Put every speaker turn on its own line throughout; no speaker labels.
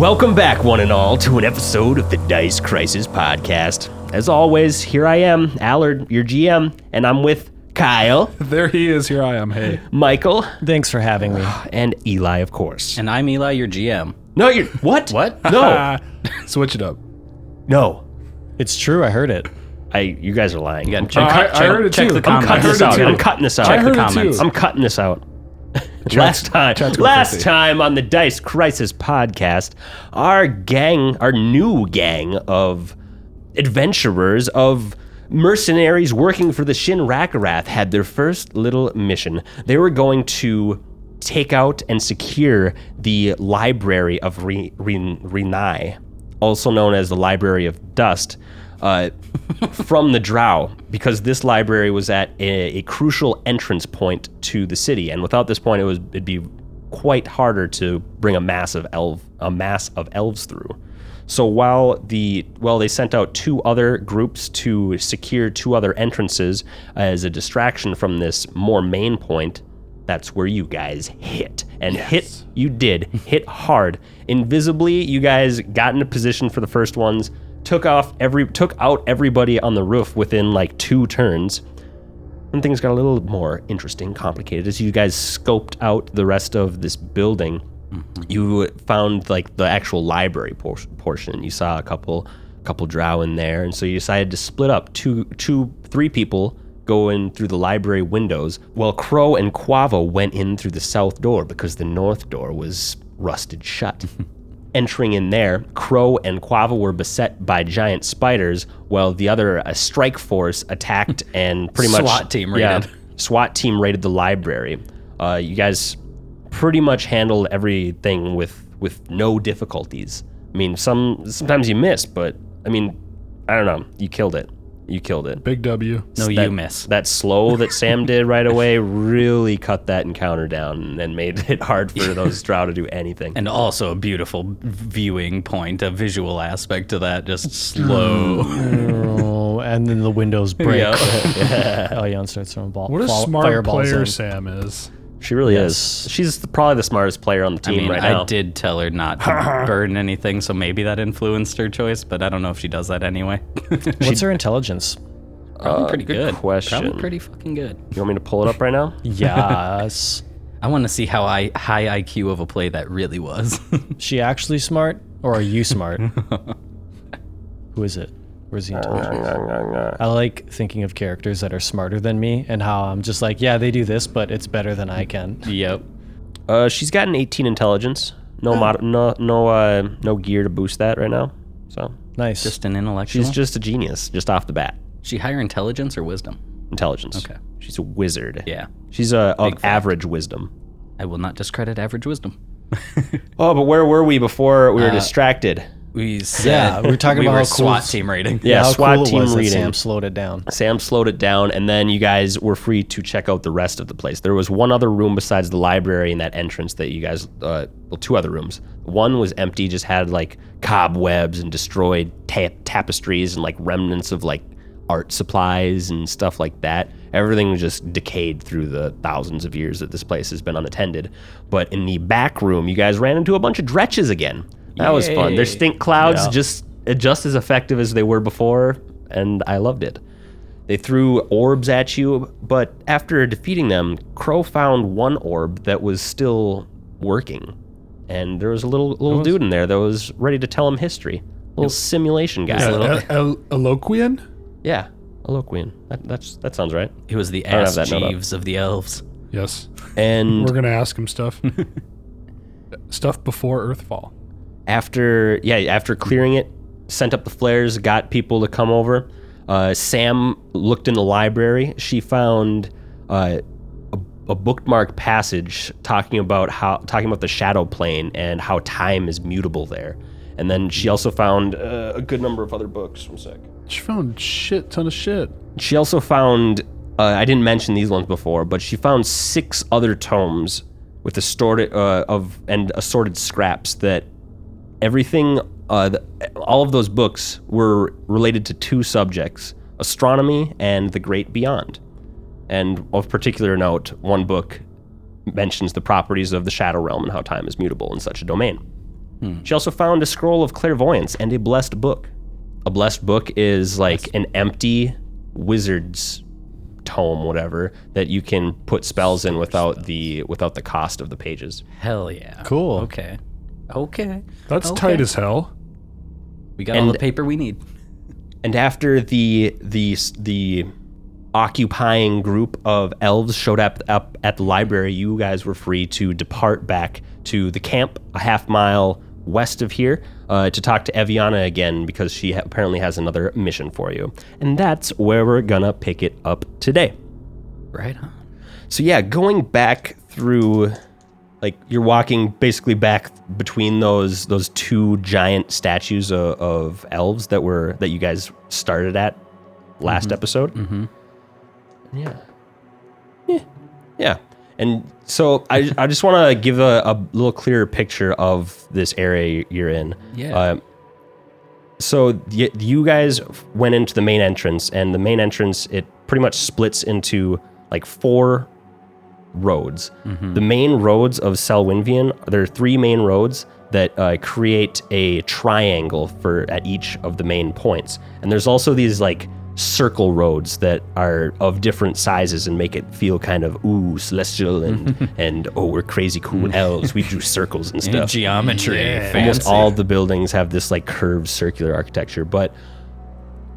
Welcome back, one and all, to an episode of the Dice Crisis Podcast. As always, here I am, Allard, your GM, and I'm with Kyle,
There he is. Here I am. Hey.
Michael,
Thanks for having me.
and Eli, of course.
And I'm Eli, your GM.
No, you're. What?
What?
Oh.
No.
Switch it up.
no.
It's true. I heard it.
I. You guys are lying.
You
I'm,
got
Uh,
check,
I- I
check,
heard it
check
too.
the
I'm
comments.
cutting this out.
too.
I'm cutting this out.
I heard
the
it
comments.
too.
I'm cutting this out. last time,
Chad's going
last
crazy.
time on the Dice Crisis podcast, our gang, our new gang of adventurers of mercenaries working for the Shin Rakarath had their first little mission. They were going to take out and secure the library of Re- Re- Renai, also known as the Library of Dust. Uh, from the Drow because this library was at a, a crucial entrance point to the city, and without this point, it was it'd be quite harder to bring a mass of elf a mass of elves through. So while the well, they sent out two other groups to secure two other entrances as a distraction from this more main point. That's where you guys hit. And hit you did. Hit hard. Invisibly, you guys got into position for the first ones, took off every took out everybody on the roof within like two turns. And things got a little more interesting, complicated as you guys scoped out the rest of this building. You found like the actual library por- portion. You saw a couple couple drow in there, and so you decided to split up two two three people go in through the library windows, while Crow and Quavo went in through the south door because the north door was rusted shut. Entering in there, Crow and Quava were beset by giant spiders, while the other a strike force attacked and pretty much
SWAT team raided.
SWAT team raided the library. Uh, you guys pretty much handled everything with with no difficulties. I mean, some sometimes you miss, but I mean, I don't know. You killed it. You killed it.
Big W.
No,
That-
you miss.
That slow that Sam did right away really cut that encounter down and made it hard for those drow to do anything.
And also a beautiful viewing point, a visual aspect to that,
Mm.
just slow.
Oh, and then the windows break.
Yeah.
Oh, Yon starts throwing ball.
What a
fall-
smart
fireballs
player
in.
Sam is.
she really is. She's the, probably the smartest player on the
I
team
mean,
right now.
I did tell her not to burn anything, so maybe that influenced her choice, but I don't know if she does that anyway.
What's her intelligence?
Probably pretty good.
Uh, question.
Probably pretty fucking good.
You want me to pull it up right now?
Yes.
I want to see how I, high IQ of a play that really was.
she actually smart, or are you smart? Who is it? Where's the intelligence? I like thinking of characters that are smarter than me and how I'm just like, yeah, they do this, but it's better than I can.
yep.
Uh, she's got an 18 intelligence. No mod, no no uh, no gear to boost that right now. So
Nice.
Just an intellectual.
she's just a genius, just off the bat.
she higher intelligence or wisdom?
Intelligence.
Okay.
She's a wizard.
Yeah.
She's a of
fact.
average wisdom.
I will not discredit average wisdom.
Oh, but where were we before we were distracted?
We said
Yeah, we were talking about
were
how cool
SWAT
s-
team rating.
Yeah,
how
SWAT
cool it
team
was that
reading.
Sam slowed it down.
Sam slowed it down, and then you guys were free to check out the rest of the place. There was one other room besides the library and that entrance that you guys, uh, well, two other rooms. One was empty, just had like cobwebs and destroyed ta- tapestries and like remnants of like art supplies and stuff like that. Everything was just decayed through the thousands of years that this place has been unattended. But in the back room, you guys ran into a bunch of dretches again. That was fun. Their stink clouds just just as effective as they were before, and I loved it. They threw orbs at you, but after defeating them, Crow found one orb that was still working. And there was a little little dude in there that was ready to tell him history. Little simulation guy. Yeah,
El- El- Eloquian?
Eloquian. That, that's, that sounds right.
It was the
have
ass
that note up.
jeeves of the elves.
Yes.
And
We're going to ask him stuff. stuff before Earthfall.
after yeah after clearing it sent up the flares got people to come over uh, sam looked in the library she found uh, a, a bookmark passage talking about how talking about the shadow plane and how time is mutable there and then she also found uh, a good number of other books from sec
She found shit ton of shit.
she also found, uh, I didn't mention these ones before, but she found six other tomes with assorted uh, of and assorted scraps that everything, uh, the, all of those books were related to two subjects: astronomy and the great beyond. And of particular note, one book mentions the properties of the shadow realm and how time is mutable in such a domain. She also found a scroll of clairvoyance and a blessed book. A blessed book is like an empty wizard's tome, whatever, that you can put spells in without the without the cost of the pages.
Hell yeah.
Cool.
Okay. Okay.
That's
Okay.
tight as hell.
We got all
And-
the paper we need.
And after the the the occupying group of elves showed up up at the library, you guys were free to depart back to the camp a half mile west of here uh, to talk to Eviana again because she ha- apparently has another mission for you. And that's where we're gonna pick it up today.
Right on.
So yeah, going back through like you're walking basically back between those those two giant statues of, of elves that were that you guys started at last episode. Mm-hmm. Yeah. Yeah. And so I, I just want to give a, a little clearer picture of this area you're in.
Yeah.
Uh, so y- you guys went into the main entrance, and the main entrance, it pretty much splits into like four roads. The main roads of Selwynvian, there are three main roads that uh, create a triangle for at each of the main points. And there's also these like circle roads that are of different sizes and make it feel kind of ooh celestial and and oh we're crazy cool elves we drew circles and stuff
Geometry.
almost
Fancy.
all the buildings have this like curved circular architecture but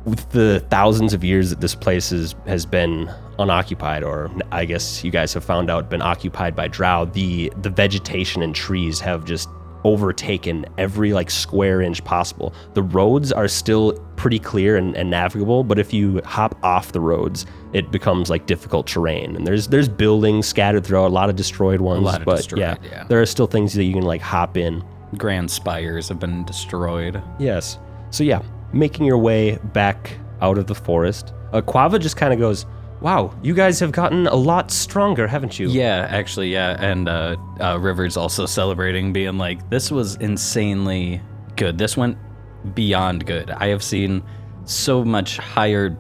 with the thousands of years that this place is, has been unoccupied or i guess you guys have found out been occupied by drow the the vegetation and trees have just overtaken every like square inch possible the roads are still pretty clear and, and navigable but if you hop off the roads it becomes like difficult terrain and there's there's buildings scattered throughout a lot of destroyed ones
lot of
but
destroyed,
yeah,
yeah.
there are still things that you can like hop in
Grand spires have been destroyed.
Yes. So yeah, making your way back out of the forest. Uh, Quava just kind of goes, "Wow, you guys have gotten a lot stronger, haven't you?"
Yeah, actually, yeah. And uh, uh, River's also celebrating, being like, this was insanely good. This went beyond good. I have seen so much higher,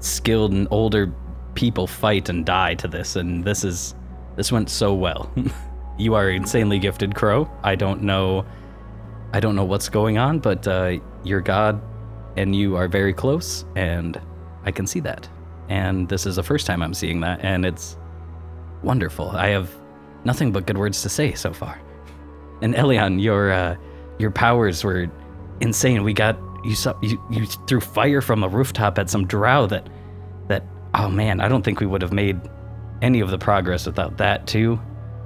skilled, and older people fight and die to this, and this is. This went so well. you are insanely gifted, Crow. I don't know. I don't know what's going on, but uh, you're God, and you are very close, and I can see that. And this is the first time I'm seeing that, and it's wonderful. I have nothing but good words to say so far. And Elion, your uh, your powers were insane. We got you, saw, you you threw fire from a rooftop at some drow that that oh man, I don't think we would have made any of the progress without that too.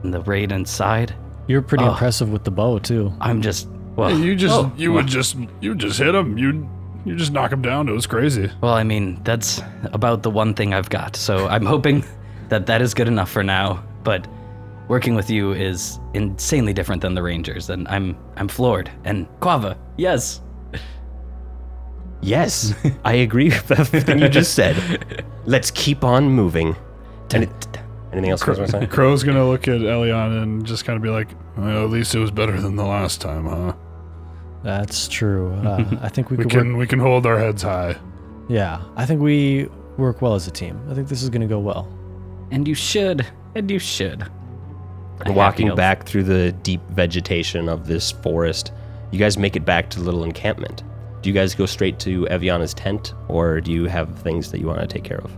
And the raid inside.
You're pretty
Oh.
impressive with the bow too.
I'm just well,
You just
oh,
you would just you just hit him. You you just knock him down. It was crazy.
Well, I mean, that's about the one thing I've got. So I'm hoping that that is good enough for now. But working with you is insanely different than the Rangers, and I'm I'm floored. And Quava, yes,
Yes, I agree with everything you just said. Let's keep on moving. Any- anything else? Chris, you wanna say?
Crow's gonna look at Elion and just kind of be like, well, "At least it was better than the last time, huh?
That's true. Uh, I think we,
We
could
can
work.
we can hold our heads high."
Yeah, I think we work well as a team. I think this is gonna go well.
and you should, and you should.
And walking back through the deep vegetation of this forest, you guys make it back to the little encampment. Do you guys go straight to Eviana's tent, or do you have things that you want to take care of?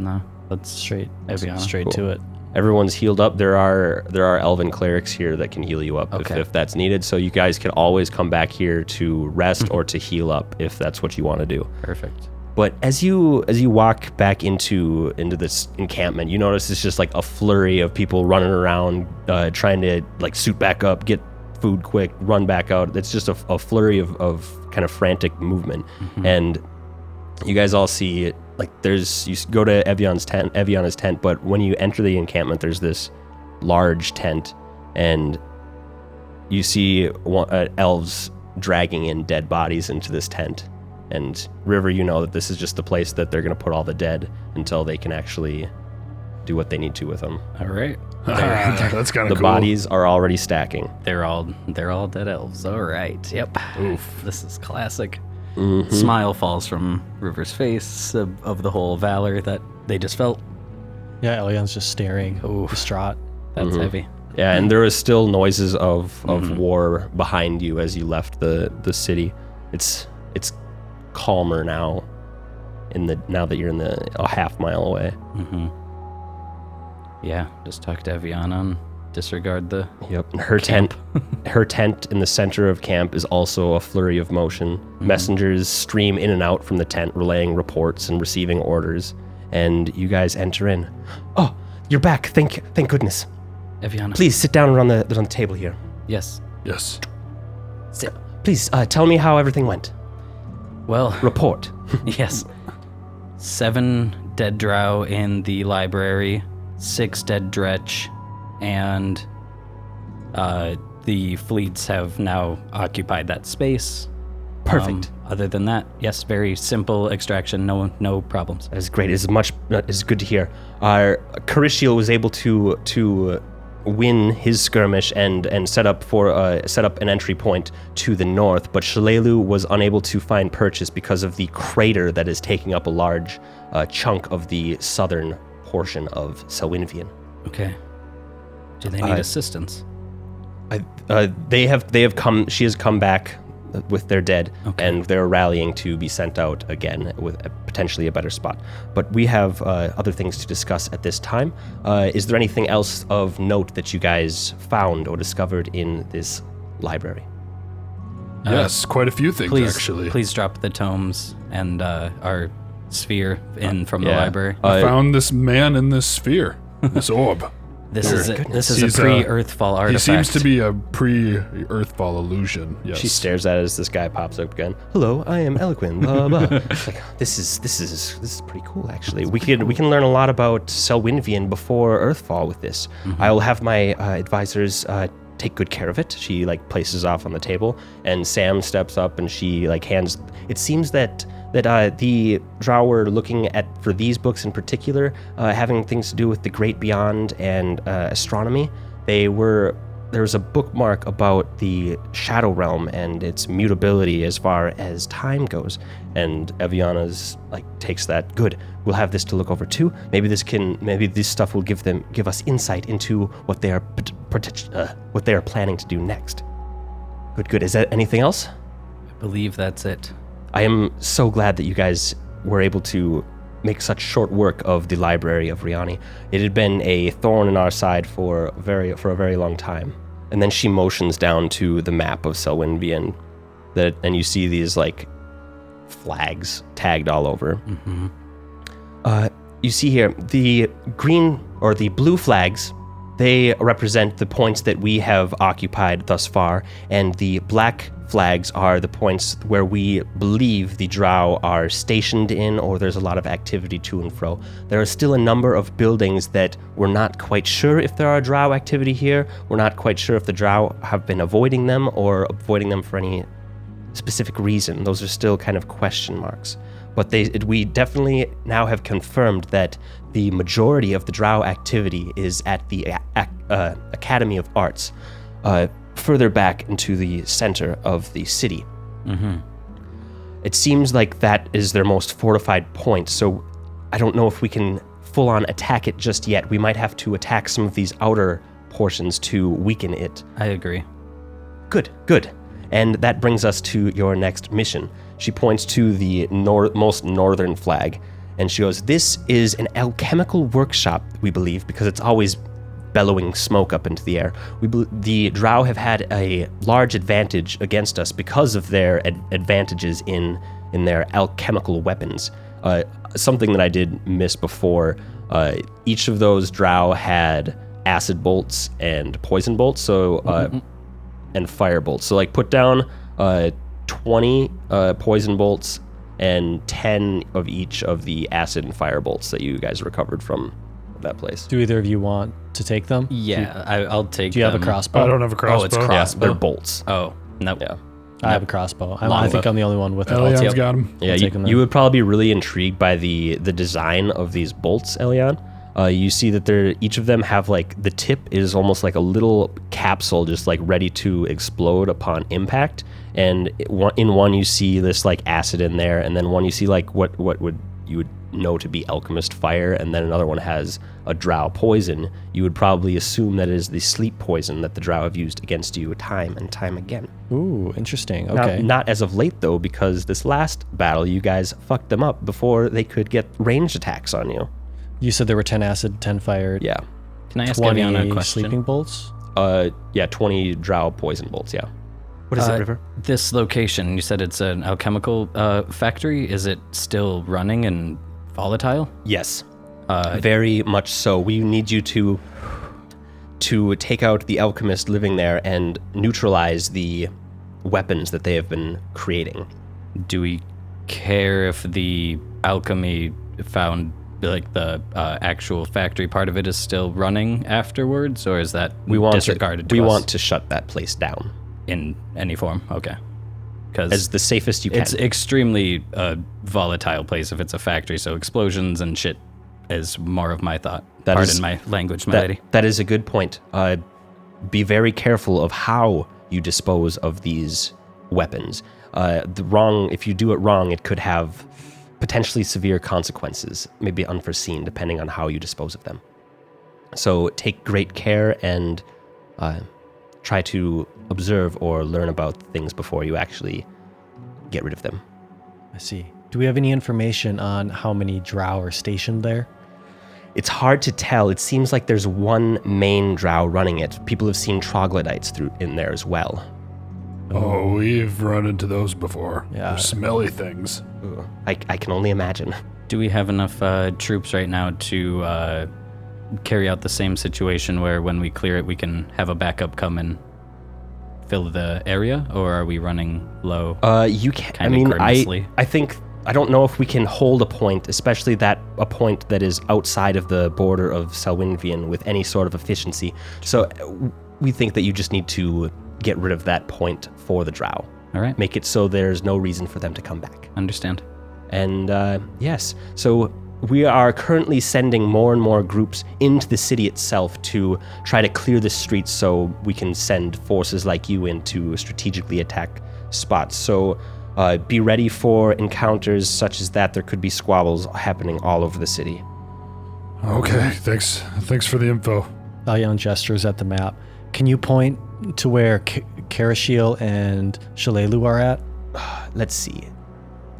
No, that's
Straight,
Eviana.
straight
Cool.
to it.
Everyone's healed up. There are there are elven clerics here that can heal you up if,
Okay.
if that's needed. So you guys can always come back here to rest or to heal up if that's what you want to do.
perfect.
But as you as you walk back into into this encampment, you notice it's just like a flurry of people running around, uh, trying to like suit back up, get food quick, run back out. It's just a, a flurry of, of kind of frantic movement, and you guys all see like there's you s- go to Evion's tent, Evion's tent, but when you enter the encampment, there's this large tent, and you see one, uh, elves dragging in dead bodies into this tent. And River, you know that this is just the place that they're going to put all the dead until they can actually do what they need to with them.
All right,
That's kind
The
of cool.
bodies are already stacking.
they're all they're all dead elves. All right, yep.
Oof.
This is classic.
Hmm?
Smile falls from River's face of, of the whole valor that they just felt.
Yeah, Elion's just staring, distraught.
Mm-hmm. That's heavy.
and there is still noises of, of war behind you as you left the, the city. It's it's calmer now, in the now that you're in the a half mile away.
Mm-hmm. Yeah, just talk to Eviana and disregard the.
Yep. Her tent, her tent in the center of camp is also a flurry of motion. Messengers stream in and out from the tent, relaying reports and receiving orders. And you guys enter in. Oh, you're back! Thank, thank goodness.
Eviana.
Please sit down around the around the table here.
Yes.
Yes.
Sit. Please uh, tell me how everything went.
Well,
Report.
yes. Seven dead drow in the library, six dead dretch, and uh, the fleets have now occupied that space.
Perfect.
Um, other than that, yes, very simple extraction. No, no problems.
That is great. It's much. uh, It's good to hear. Our Carisio was able to to uh, win his skirmish and and set up for uh, set up an entry point to the north, but Shalelu was unable to find purchase because of the crater that is taking up a large uh, chunk of the southern portion of Selwynvian.
Okay. Do they need
I-
assistance?
I, uh, they have they have come. She has come back with their dead,
Okay.
and they're rallying to be sent out again with a, potentially a better spot. But we have uh, other things to discuss at this time. Uh, is there anything else of note that you guys found or discovered in this library?
yes, quite a few things
Please,
actually.
please drop the tomes and uh, our sphere in from the
yeah.
library.
I
Uh,
found this man in this sphere, this orb.
This is a, this is
He's,
a
uh,
pre-Earthfall artifact.
He seems to be a pre-Earthfall illusion. Yes.
She stares at it as this guy pops up again. Hello, I am Eloquin. Blah, blah. It's like, this is this is this is pretty cool actually. We can we can learn a lot about Selwynvian before Earthfall with this. I will have my uh, advisors uh, take good care of it. She like places off on the table, and Sam steps up and she like hands. It seems that that uh, the drow were looking at for these books in particular, uh, having things to do with the great beyond and uh, astronomy. They were there was a bookmark about the shadow realm and its mutability as far as time goes and eviana's like takes that good we'll have this to look over too maybe this can maybe this stuff will give them give us insight into what they are pot- pot- uh, what they are planning to do next good good is that anything else
I believe that's it.
i am so glad that you guys were able to make such short work of the library of riani it had been a thorn in our side for very for a very long time and then she motions down to the map of Selwynvian that and you see these like flags tagged all over. Uh, you see here the green or the blue flags. They represent the points that we have occupied thus far, and the black flags are the points where we believe the drow are stationed in, or there's a lot of activity to and fro. There are still a number of buildings that we're not quite sure if there are drow activity here. We're not quite sure if the drow have been avoiding them or avoiding them for any specific reason. Those are still kind of question marks. But they, it, we definitely now have confirmed that the majority of the Drow activity is at the a- ac- uh, Academy of Arts, uh, further back into the center of the city. It seems like that is their most fortified point, so I don't know if we can full on attack it just yet. We might have to attack some of these outer portions to weaken it.
I agree.
Good, good. And that brings us to your next mission. She points to the nor- most northern flag and she goes, This is an alchemical workshop, we believe, because it's always bellowing smoke up into the air. We bel the Drow have had a large advantage against us because of their ad- advantages in, in their alchemical weapons. Uh, something that I did miss before uh, each of those Drow had acid bolts and poison bolts, so uh, and fire bolts. So like put down uh, 20 uh, poison bolts and 10 of each of the acid and fire bolts that you guys recovered from that place.
Do either of you want to take them?
Yeah, I, I'll take.
Do you have a
them.
crossbow?
I don't have a crossbow.
Oh, it's
Yeah,
crossbow.
they're bolts.
Oh no.
Yeah.
I have a crossbow. I'm- I
Longbow.
think I'm the only one with it. I'll
Elion's
take-
got him.
Yeah,
take
you,
them then.
you would probably be really intrigued by the the design of these bolts, Elion. Uh, you see that they're each of them have like the tip is almost like a little capsule, just like ready to explode upon impact. And it- one- in one you see this like acid in there, and then one you see like what what would you would know to be alchemist fire, and then another one has a drow poison, you would probably assume that it is the sleep poison that the drow have used against you time and time again.
Ooh, interesting.
Not-
Okay.
Not, as of late, though, because this last battle, you guys fucked them up before they could get ranged attacks on you.
you said there were 10 acid, 10 fire,
Yeah.
Can I ask
20
Aviana a question?
sleeping bolts.
Uh, yeah, 20 drow poison bolts, yeah. What is
Uh,
it, River?
This location, you said it's an alchemical uh, factory. Is it still running and volatile?
Yes. Uh, Very much so. We need you to to take out the alchemist living there and neutralize the weapons that they have been creating.
Do we care if the alchemy found, like the uh, actual factory part of it, is still running afterwards, or is that
We want
disregarded?
to,
to
we
us
want to shut that place down
in any form. Okay,
as
because
the safest you can.
it's extremely uh, volatile place if it's a factory. So explosions and shit is more of my thought.
That
Pardon
is-
my language, my lady.
that, that is a good point. Uh, be very careful of how you dispose of these weapons. Uh, the wrong, if you do it wrong, it could have potentially severe consequences, maybe unforeseen, depending on how you dispose of them. So take great care and uh, try to observe or learn about things before you actually get rid of them.
I see. Do we have any information on how many drow are stationed there?
It's hard to tell. It seems like there's one main drow running it. People have seen troglodytes through in there as well.
Oh, we've run into those before.
Yeah.
They're smelly things.
I, I can only imagine.
Do we have enough uh, troops right now to uh, carry out the same situation where when we clear it, we can have a backup come and fill the area, or are we running low?
Uh, you can. I
Kinda
mean, I
grimacely.
I think I don't know if we can hold a point, especially that a point that is outside of the border of Selwynvian with any sort of efficiency. So uh, w- we think that you just need to get rid of that point for the drow.
All right,
Make it so there's no reason for them to come back.
understand.
And uh, yes, so we are currently sending more and more groups into the city itself to try to clear the streets so we can send forces like you in to strategically attack spots. So uh, be ready for encounters such as that. There could be squabbles happening all over the city.
Okay, thanks. Thanks for the info.
Alion gestures at the map. Can you point to where K- Karashiel and Shalelu are at?
Let's see.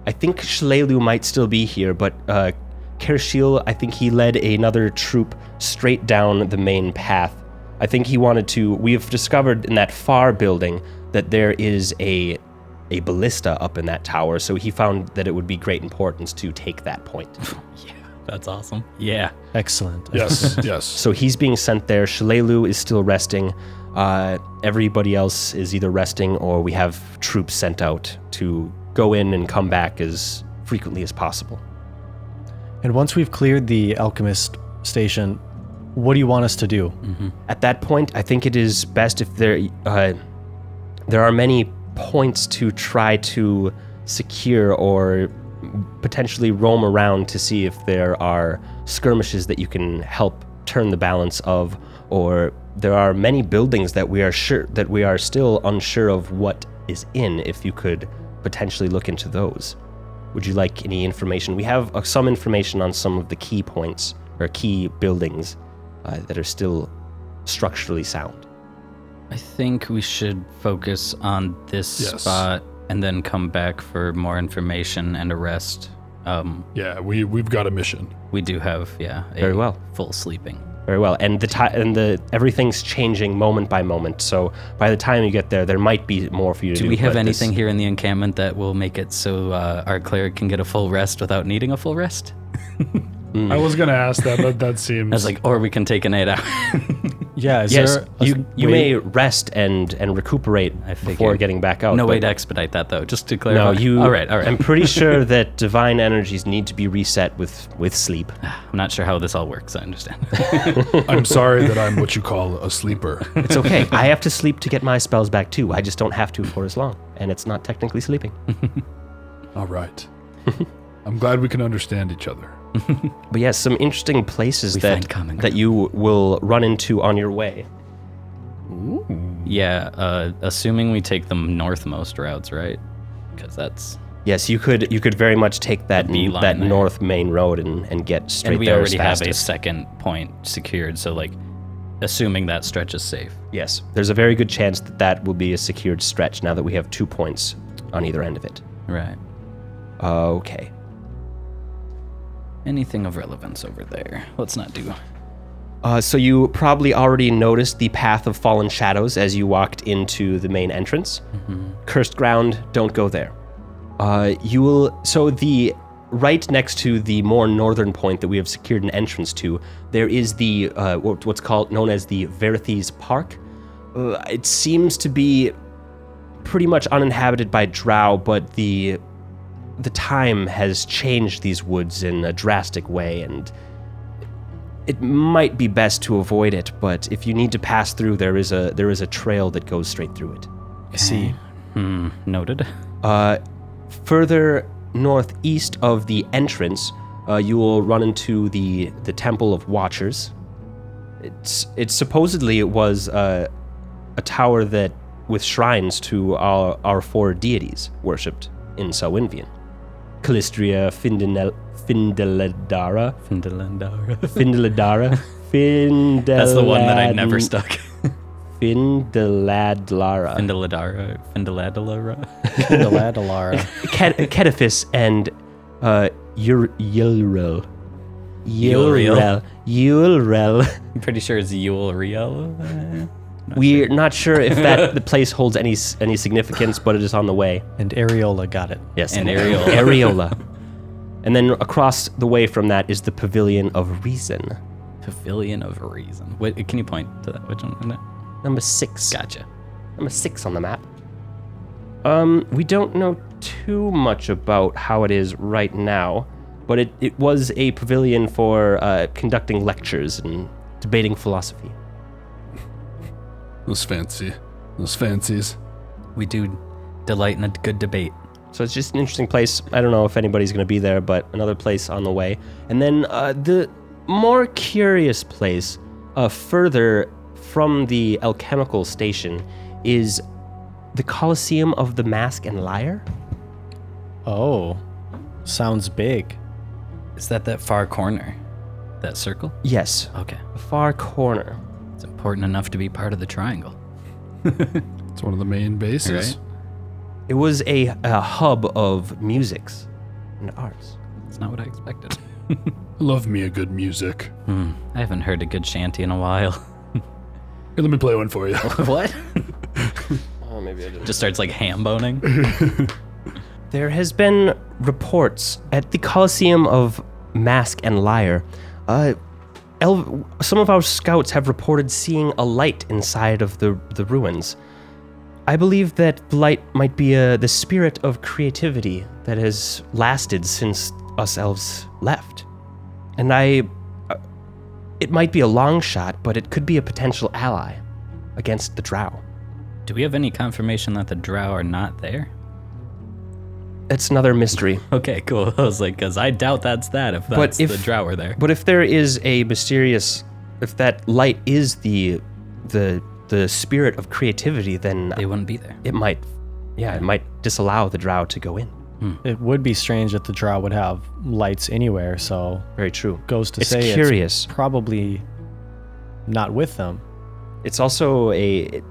I think Shlelu might still be here, but uh, Kershil, I think he led another troop straight down the main path. I think he wanted to. We have discovered in that far building that there is a a ballista up in that tower, so he found that it would be great importance to take that point.
That's awesome. Yeah.
Excellent.
Yes, yes.
So he's being sent there. Shalelu is still resting. Uh, everybody else is either resting or we have troops sent out to go in and come back as frequently as possible.
And once we've cleared the alchemist station, what do you want us to do?
Mm-hmm. At that point, I think it is best if there uh, there are many points to try to secure or potentially roam around to see if there are skirmishes that you can help turn the balance of or there are many buildings that we are sure that we are still unsure of what is in if you could potentially look into those would you like any information we have uh, some information on some of the key points or key buildings uh, that are still structurally sound
I think we should focus on this
Yes.
spot and then come back for more information and a rest. Um,
Yeah, we we've got a mission.
we do have, yeah, a
Very well.
full sleeping.
Very well, and the ti- and the everything's changing moment by moment. So by the time you get there, there might be more for you to do.
Do we have
but this-
anything here in the encampment that will make it so uh, our cleric can get a full rest without needing a full rest? Hmm.
I was gonna ask that, but that seems
I was like, or we can take an eight hour.
Yeah, is
Yes,
there a
you, you
way-
may rest and and recuperate before
figured.
getting back out.
no way
Oh, but-
to expedite that though. Just to clarify.
No, you.
All right, all right.
I'm
I'm,
pretty sure that divine energies need to be reset with with sleep.
not sure how this all works. I understand.
I'm sorry that I'm what you call a sleeper.
It's okay. I have to sleep to get my spells back too. I just don't have to for as long, and it's not technically sleeping.
Hmm.
All right. I'm glad we can understand each other.
But yes, some interesting places that
find common
that you will run into on your way.
yeah, uh, assuming we take the northmost routes, right? Because that's
Yes, you could. You could very much take that n-
beeline
that
there.
north main road and, and get straight
and we
there
already
as
have a
fastest.
second point secured. So like, assuming that stretch is safe.
yes, there's a very good chance that that will be a secured stretch now that we have two points on either end of it.
Right.
Okay.
Anything of relevance over there? Let's not do.
Uh, so you probably already noticed the path of fallen shadows as you walked into the main entrance. Cursed ground, don't go there. Uh, you will. So the right next to the more northern point that we have secured an entrance to, there is the uh, what- what's called known as the Verithes Park. Uh, it seems to be pretty much uninhabited by drow, but the the time has changed these woods in a drastic way, and it might be best to avoid it, but if you need to pass through, there is a there is a trail that goes straight through it.
I see.
Hmm. Noted.
Uh, further northeast of the entrance, uh, you will run into the the Temple of Watchers. It's it's supposedly it was uh, a tower that with shrines to our our four deities worshipped in Salwinvian. Calistria, Findinel, Findeladara,
Findelandara.
Findeladara, Findeladara.
That's the one that I never stuck.
Findeladlara.
Findeladara. Findeladara.
Kindaladalara.
Ket- Kedifis and uh, Ur- Yulrel.
Yulril?
Yulrel. Yulrel.
I'm pretty sure it's Yule Riel.
We're not sure if that the place holds any s- any significance, but it is on the way.
and Areola got it.
Yes.
And Areola.
Areola. And then across the way from that is the Pavilion of Reason,
Pavilion of Reason. Wait, can you point to that? Which one? No.
number six.
Gotcha.
Number six on the map. Um, we don't know too much about how it is right now, but it, it was a pavilion for uh, conducting lectures and debating philosophy.
Those fancy. Those fancies.
We do delight in a good debate.
So it's just an interesting place. I don't know if anybody's going to be there, but another place on the way. And then uh, the more curious place uh, further from the alchemical station is the Colosseum of the Mask and Liar.
Oh, sounds big.
Is that that far corner? That circle?
Yes,
Okay.
a far corner.
It's important enough to be part of the triangle.
It's one of the main bases.
Right.
It was a, a hub of musics and arts.
It's not what I expected.
Love me a good music.
Hmm. I haven't heard a good shanty in a while.
Here, let me play one for you.
what?
Oh, maybe I didn't.
Just starts like ham boning.
There has been reports at the Coliseum of Mask and Liar. Uh, El- some of our scouts have reported seeing a light inside of the the ruins. I believe that the light might be uh, the spirit of creativity that has lasted since us elves left, and I. uh, It might be a long shot, but it could be a potential ally against the Drow.
do we have any confirmation that the drow are not there?
That's another mystery.
Okay, cool. I was like, because I doubt that's that if that's
if-
the drow are there.
But if there is a mysterious, if that light is the, the the spirit of creativity, then
They wouldn't be there.
it might, yeah, it might disallow the drow to go in.
It would be strange that the drow would have lights anywhere, so
Very true.
goes to
It's
say
curious.
it's probably not with them.
It's also a it-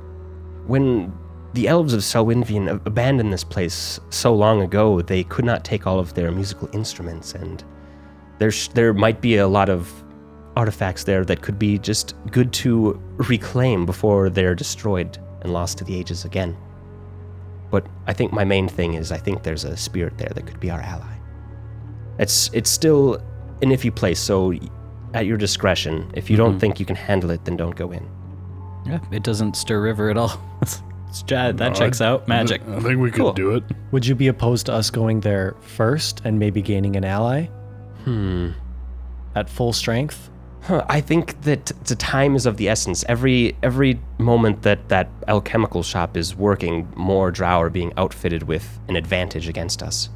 when the elves of Selwynvian ab- abandoned this place so long ago, they could not take all of their musical instruments, and there sh- there might be a lot of artifacts there that could be just good to reclaim before they're destroyed and lost to the ages again. But I think my main thing is I think there's a spirit there that could be our ally. It's it's still an iffy place, so at your discretion. If you don't think you can handle it, then don't go in.
Yeah, it doesn't stir river at all. It's- that checks out. Magic.
I think we could
Cool.
do it.
Would you be opposed to us going there first and maybe gaining an ally? Hmm. At full strength?
Huh, I think that the time is of the essence. Every every moment that that alchemical shop is working, more drow are being outfitted with an advantage against us.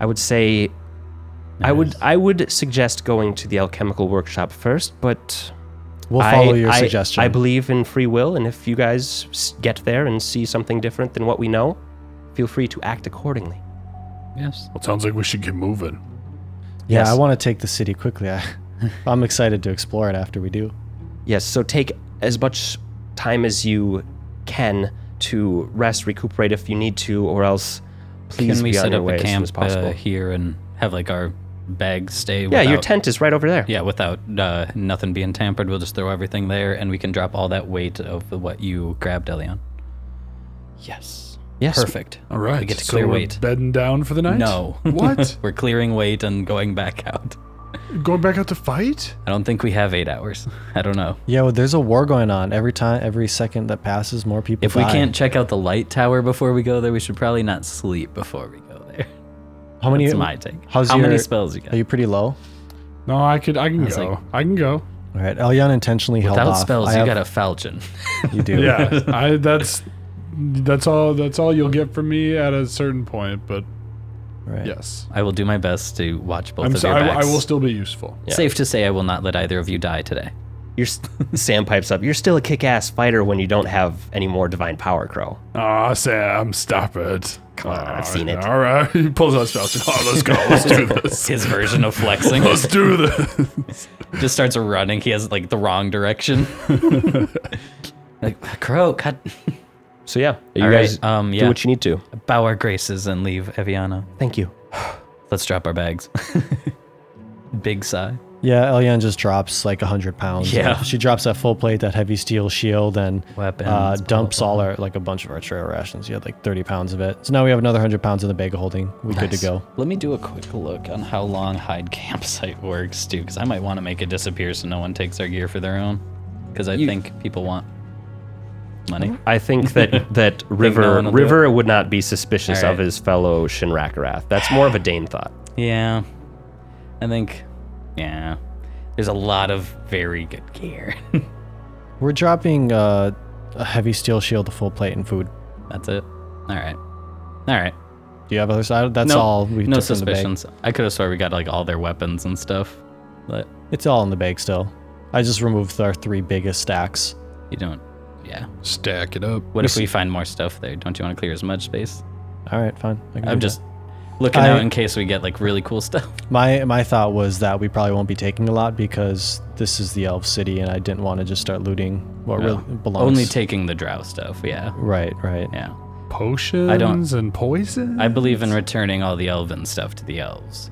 I would say, I would I would suggest going to the alchemical workshop first, but
We'll follow
I,
your
I-
suggestion.
I believe in free will, and if you guys s- get there and see something different than what we know, feel free to act accordingly.
Yes.
Well, it sounds like we should get moving.
Yeah,
Yes.
I want to take the city quickly. I, I'm excited to explore it after we do.
Yes, so take as much time as you can to rest, recuperate if you need to, or else please
Can we
be on
set
your
up
way
a
as soon
camp
as possible.
uh, here and have like our bags stay?
yeah, your
without-
tent is right over there.
Yeah, without uh, nothing being tampered, we'll just throw everything there, and we can drop all that weight of what you grabbed, Elion. Yes.
Yes.
Perfect.
All right.
We get to
so
clear
we're
weight.
Bedding down for the night.
No.
What?
We're clearing weight and going back out.
Going back out to fight?
I don't think we have eight hours. I don't know.
Yeah, well, there's a war going on. Every time, every second that passes, more people.
If we
die.
can't check out the light tower before we go there, we should probably not sleep before we go there.
how many?
That's my take.
how's
How many
your-
spells you got?
Are you pretty low?
No, I could. I can
was
go.
like-
I can go.
All right, Elyon intentionally held
Without
off.
spells,
I
you
have-
got a falchion.
You do.
Yeah. I. That's. That's all. That's all you'll get from me at a certain point. But
Right.
yes,
I will do my best to watch both
I'm.
of
So,
your
I, I
backs.
will still be useful.
Safe to say, I will not let either of you die today.
Your s- Sam pipes up. You're still a kick-ass fighter when you don't have any more divine power, Crow.
Ah, Sam, stop it. Come
on, I've seen it.
All right. He pulls out his pouch. Oh, let's go. Let's do this.
His version of flexing
Let's do this.
just starts running. He has like the wrong direction. like crow, cut,
So yeah, you
All right,
guys
um,
do
yeah.
what you need to.
bow our graces and leave Eviana.
Thank you.
Let's drop our bags. Big sigh.
Yeah, Elion just drops like hundred pounds.
Yeah.
she drops that full plate, that heavy steel shield, and
Weapons, blah,
uh, dumps all our like a bunch of our trail rations. You had like thirty pounds of it, so now we have another hundred pounds in the bag of holding. We good to go.
Let me do a quick look on how long Hide Campsite works too, because I might want to make it disappear so no one takes their gear for their own. Because I think people want money.
I think that that
no
River
one will do
River would not be suspicious
All
of
right.
his fellow Shinrakarath. That's more of a Dane thought.
Yeah, I think. Yeah, there's a lot of very good gear.
We're dropping uh, a heavy steel shield, a full plate, and food.
That's it. All right. All right.
Do you have other side? That's
No-
all we
no
took from the bag.
suspicions. I could have swore we got like all their weapons and stuff, but
It's all in the bag still. I just removed our three biggest stacks.
you don't. Yeah.
Stack it up.
What if we find more stuff there? Don't you want to clear as much space?
All right, fine. I can
I'm
do
just looking
Mm-hmm. I-
out in case we get like really cool stuff.
that. my my thought was that we probably won't be taking a lot because this is the elf city, and I didn't want to just start looting what really belongs.
Oh. Only taking the drow stuff. Yeah.
right, right.
Yeah.
Potions and poison?
I believe in returning all the elven stuff to the elves,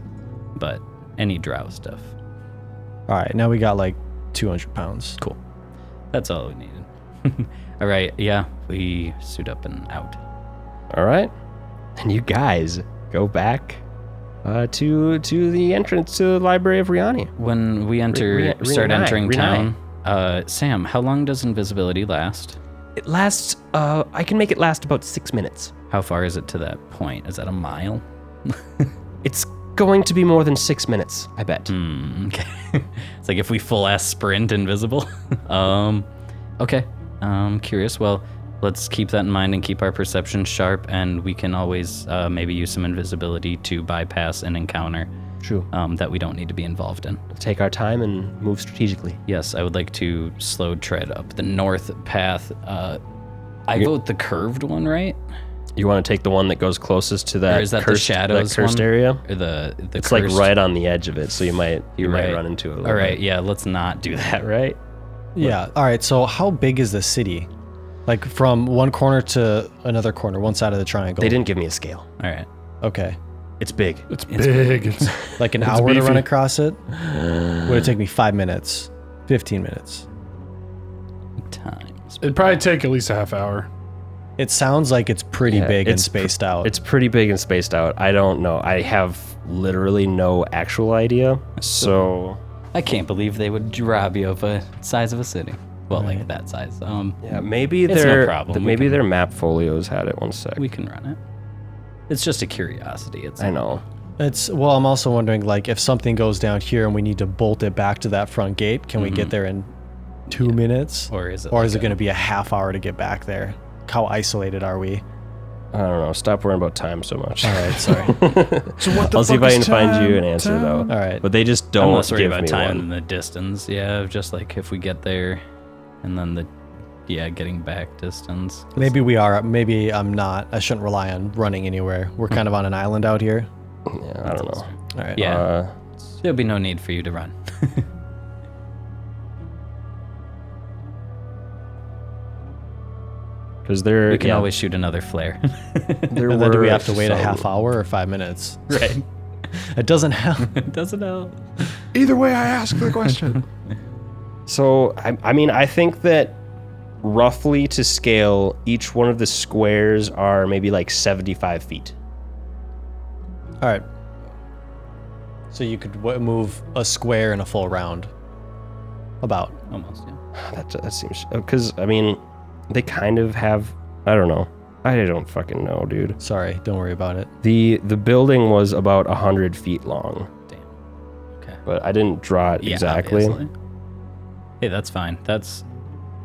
but any drow stuff.
All right, now we got like 200 pounds.
Cool. That's all we needed. all right. Yeah. We suit up and out.
All right. And you guys go back uh, to to the entrance to the Library of Riani.
When we enter,
re-
start
renai-
entering
renai.
town, uh, Sam, how long does invisibility last?
It lasts. Uh, I can make it last about six minutes.
How far is it to that point? Is that a mile?
It's going to be more than six minutes. I bet.
Hmm, okay. it's like if we full ass sprint invisible. um, okay. Um, curious. Well, let's keep that in mind and keep our perception sharp, and we can always uh, maybe use some invisibility to bypass an encounter
True.
um, that we don't need to be involved in.
Take our time and move strategically.
Yes, I would like to slow tread up the north path. Uh, I vote the curved one, right?
You want to take the one that goes closest to that.
Or is that
cursed,
the shadows
that cursed
one?
area?
Or the the
It's
cursed-
like right on the edge of it, so you might you
You're
might
right.
run into it. a little
All right,
bit.
yeah, let's not do that, right?
Yeah. All right. So how big is the city? Like from one corner to another corner, one side of the triangle.
They didn't give me a scale.
All right.
Okay.
It's big.
It's big. It's,
Like an
It's
hour to run
beefy.
across it. Would it take me five minutes? Fifteen minutes.
Times.
it'd probably take at least a half hour.
It sounds like it's pretty
Yeah,
big and
it's pr-
spaced out.
It's pretty big and spaced out. I don't know. I have literally no actual idea. So
I can't believe they would rob you of a size of a city. Well, like that size. Um,
yeah, maybe
It's no
their
problem.
th-
We
maybe
can-
their map folios had it. One sec.
we can run it. It's just a curiosity. It's
I know.
It's well, I'm also wondering like if something goes down here and we need to bolt it back to that front gate, can we get there in two minutes?
Or is it
Or
like
is it
a-
going to be a half hour to get back there? How isolated are we?
I don't know. Stop worrying about time so much.
All right, sorry.
So what the
I'll see if
fuck
I
is
can find you an
time?
answer though.
All right.
But they just
I'm
don't
less worried
give
about
me
time
one.
than the distance. Yeah, of just like if we get there, and then the yeah getting back distance.
Maybe we are. Maybe I'm not. I shouldn't rely on running anywhere. We're kind of on an island out here.
Yeah, I don't know.
All right.
Yeah.
Uh,
There'll be no need for you to run.
because there
We can
yeah,
always shoot another flare.
there
And then do we
were
have to wait a
some-
half hour or five minutes?
Right.
It doesn't help.
it doesn't help.
Either way, I ask the question.
So, I, I mean, I think that roughly to scale, each one of the squares are maybe like 75 feet.
All right. So you could w- move a square in a full round. About.
Almost. Yeah.
That, that seems. Because, I mean, they kind of have. I don't know. I don't fucking know, dude.
Sorry, don't worry about it.
The the building was about 100 feet long,
Damn.
but I didn't draw it
Yeah,
exactly.
obviously. Hey, that's fine. That's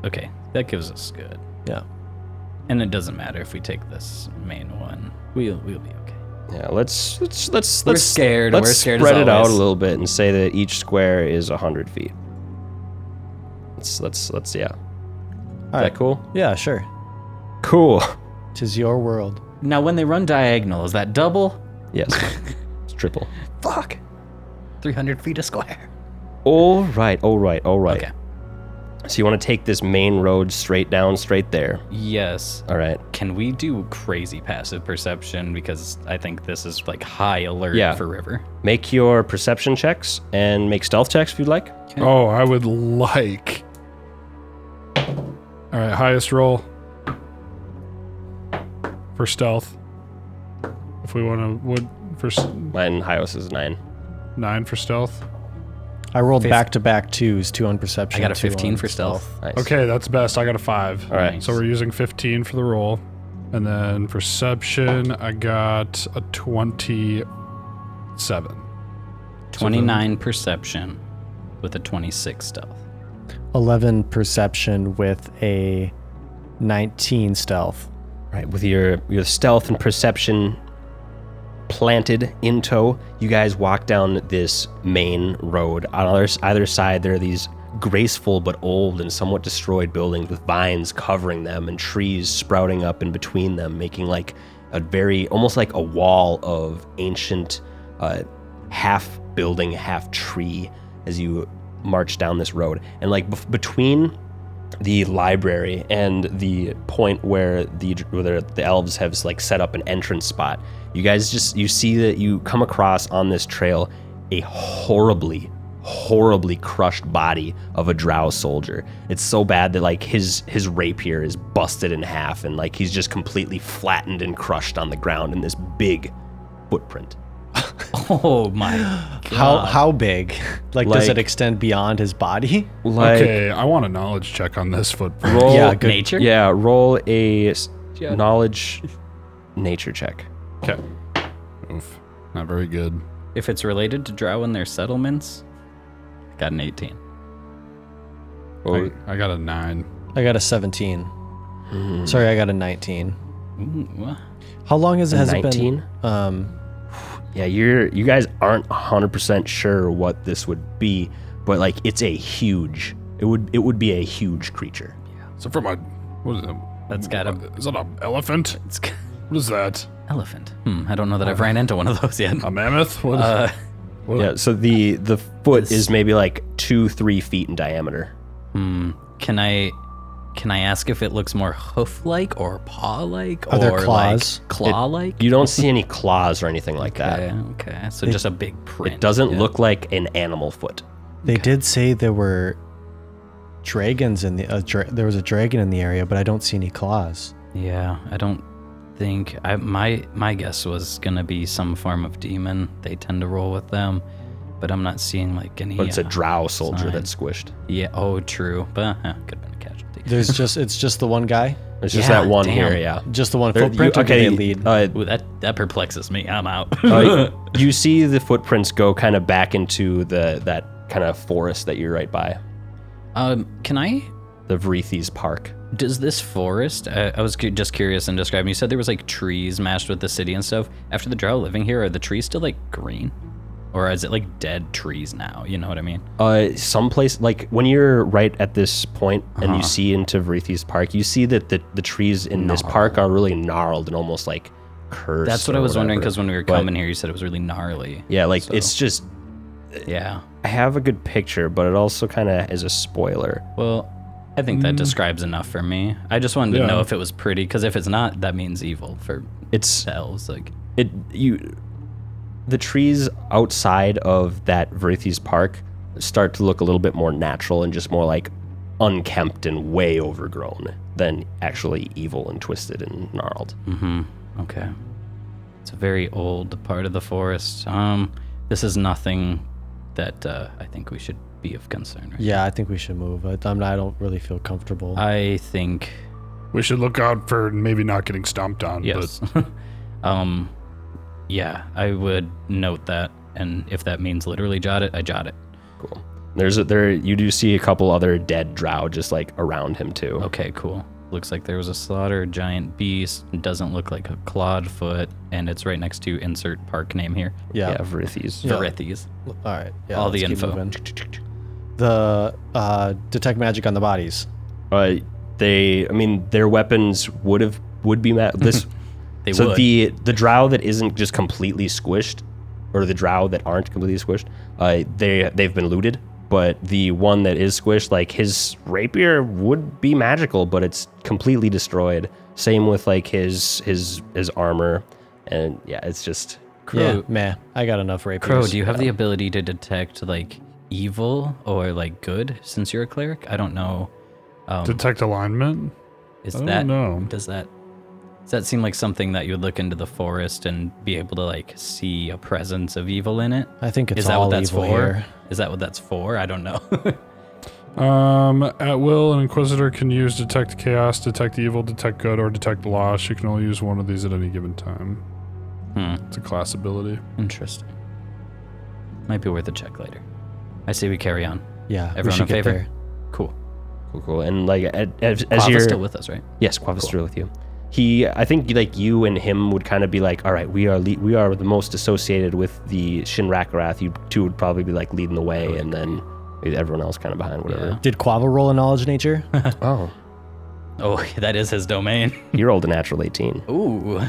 okay. That gives us good.
Yeah.
And it doesn't matter if we take this main one. We'll we'll be okay.
Yeah, let's let's let's
We're
let's
scared.
Let's
We're scared as
spread it out a
always.
little bit and say that each square is 100 feet. Let's let's let's yeah.
All
Is
right.
that cool?
Yeah, sure.
Cool.
Tis your world.
Now, when they run diagonal, is that double?
Yes. it's triple.
Fuck. 300 feet a square.
All right, all right, all right.
Okay.
So you want to take this main road straight down, straight there.
Yes.
All right.
Can we do crazy passive perception? Because I think this is like high alert
Yeah.
for River.
Make your perception checks and make stealth checks if you'd like.
oh, I would like. All right, highest roll for stealth. If we want to, would for s-
Mine highest is nine.
nine for stealth.
I rolled back to back twos, two on perception.
I got a
two
15
on
for stealth.
Nice.
Okay, that's best. I got a five.
All right.
So we're using 15 for the roll. And then perception, I got a 27.
29 perception with a 26 stealth.
11 perception with a 19 stealth.
All right. With your your stealth and perception planted in tow, you guys walk down this main road. On either, either side, there are these graceful but old and somewhat destroyed buildings with vines covering them and trees sprouting up in between them, making like a very almost like a wall of ancient, uh, half building, half tree as you march down this road. And like bef between the library and the point where the where the elves have like set up an entrance spot. You guys just you see that you come across on this trail a horribly horribly crushed body of a drow soldier. It's so bad that like his his rapier is busted in half and like he's just completely flattened and crushed on the ground in this big footprint.
Oh my.
How how big? Like, does
Like-
it extend beyond his body?
Like
okay, I want a knowledge check on this footprint.
roll
Yeah, good.
Nature?
yeah, roll a s- knowledge nature check.
Okay. Oof. Not very good.
If it's related to drow and their settlements, I got an 18.
Roll-
I, I got a nine.
I got a 17. Sorry, I got a 19.
Ooh, uh, wha-
How long has, has it
19?
been? Um,
Yeah, you're you guys aren't 100% sure what this would be, but like it's a huge it would it would be a huge creature.
So from a what is it?
That's got a.
Is that an elephant?
It's got
What is that?
elephant. Hmm. I don't know that I've ran into one of those yet.
A
Um,
mammoth? What is
Uh,
Yeah, so the the foot is maybe like 2-3 feet in diameter.
hmm. Can I. Can I ask if it looks more hoof-like or paw-like
Are
or
there claws?
like claw-like?
You don't see any claws or anything like that.
Yeah, okay. So just a big print.
It doesn't look like an animal foot.
they did say there were dragons in the. Uh, dra- there was a dragon in the area, but I don't see any claws.
Yeah, I don't think I my my guess was gonna be some form of demon. They tend to roll with them, but I'm not seeing like any.
But it's a
uh,
drow soldier
Sign.
that's squished.
Yeah. Oh, true. But uh, could have been a casualty.
There's just it's just the one guy,
It's just
Yeah,
that one
damn.
here, yeah.
just the one
There- you-
footprint. or do
okay,
they lead?
uh,
Ooh, that that perplexes me. I'm out.
Uh, you see the footprints go kind of back into the that kind of forest that you're right by,
um, can I?
the Vrethes Park.
Does this forest? Uh, I was cu- just curious in describing. You said there was like trees mashed with the city and stuff. After the drought living here, are the trees still like green, or is it like dead trees now? You know what I mean?
Uh, someplace like when you're right at this point and
Uh-huh.
you see into Varithi's Park, you see that the, the trees in this park are really gnarled and almost like curse.
That's what I
or
was wondering
whatever.
because when we were
But-
coming here, you said it was really gnarly.
yeah, like
so-
it's just
Yeah.
I have a good picture, but it also kind of is a spoiler.
Well, I think that describes enough for me. I just wanted
Yeah.
to know if it was pretty, because if it's not, that means evil for
It's
the elves. Like,
it you the trees outside of that Vrithi's park start to look a little bit more natural and just more like unkempt and way overgrown than actually evil and twisted and gnarled.
hmm okay, it's a very old part of the forest. Um, this is nothing that uh, I think we should be of concern. Right?
Yeah, I think we should move. I, I'm, I don't really feel comfortable.
I think
We should look out for maybe not getting stomped on.
yes.
But
um, yeah, I would note that, and if that means literally jot it, I jot it.
Cool. There's a, there you do see a couple other dead drow just like around him too.
Okay, cool. Looks like there was a slaughter, giant beast. It doesn't look like a clawed foot, and it's right next to insert park name here.
Yeah,
yeah.
Vrithi's.
Yeah.
Varethes.
All right. Yeah,
all the
let's keep
info.
moving. The uh, detect magic on the bodies.
Uh, they, I mean, their weapons would have would be ma- this.
They
so
would.
the the drow that isn't just completely squished, or the drow that aren't completely squished, uh, they they've been looted. But the one that is squished, like his rapier would be magical, but it's completely destroyed. Same with like his his his armor, and yeah, it's just
Yeah,
Crow,
meh. I got enough rapiers.
Crow, do you have the ability to detect like evil or like good since you're a cleric? I don't know. Um,
detect alignment.
is
I
Oh,
don't
that
know.
does that does that seem like something that you would look into the forest and be able to like see a presence of evil in it?
I think it's
Is that what
all
that's
evil
for?
here.
Is that what that's for? I don't know.
Um, at will, an inquisitor can use detect chaos, detect evil, detect good, or detect loss. You can only use one of these at any given time.
hmm.
It's a class ability.
Interesting. Might be worth a check later. I say we carry on.
Yeah, we
Everyone
should
in
get
favor?
there.
Cool.
cool. cool. And like as, as, as
As
you're
still with us, right?
Yes, Quava's still with you. He, I think, like you and him would kind of be like, all right, we are le- we are the most associated with the Shin Rakarath. You two would probably be like leading the way, and then everyone else kind of behind, whatever.
Did Quava roll a knowledge nature?
Oh,
Oh, that is his domain.
you rolled a natural eighteen,
Ooh.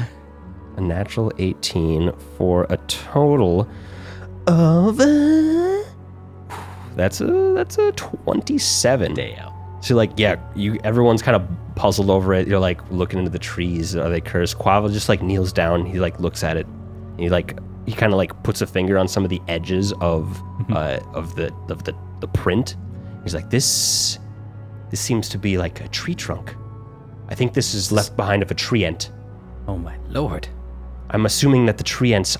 a natural eighteen for a total of uh, that's a that's a twenty-seven.
Damn.
So like yeah, you everyone's kind of puzzled over it. You're like looking into the trees. Are they cursed? Quava just like kneels down. He like looks at it. And he like he kind of like puts a finger on some of the edges of uh, of the of the the print. He's like this. This seems to be like a tree trunk. I think this is left behind of a tree ant.
Oh my lord.
I'm assuming that the tree ants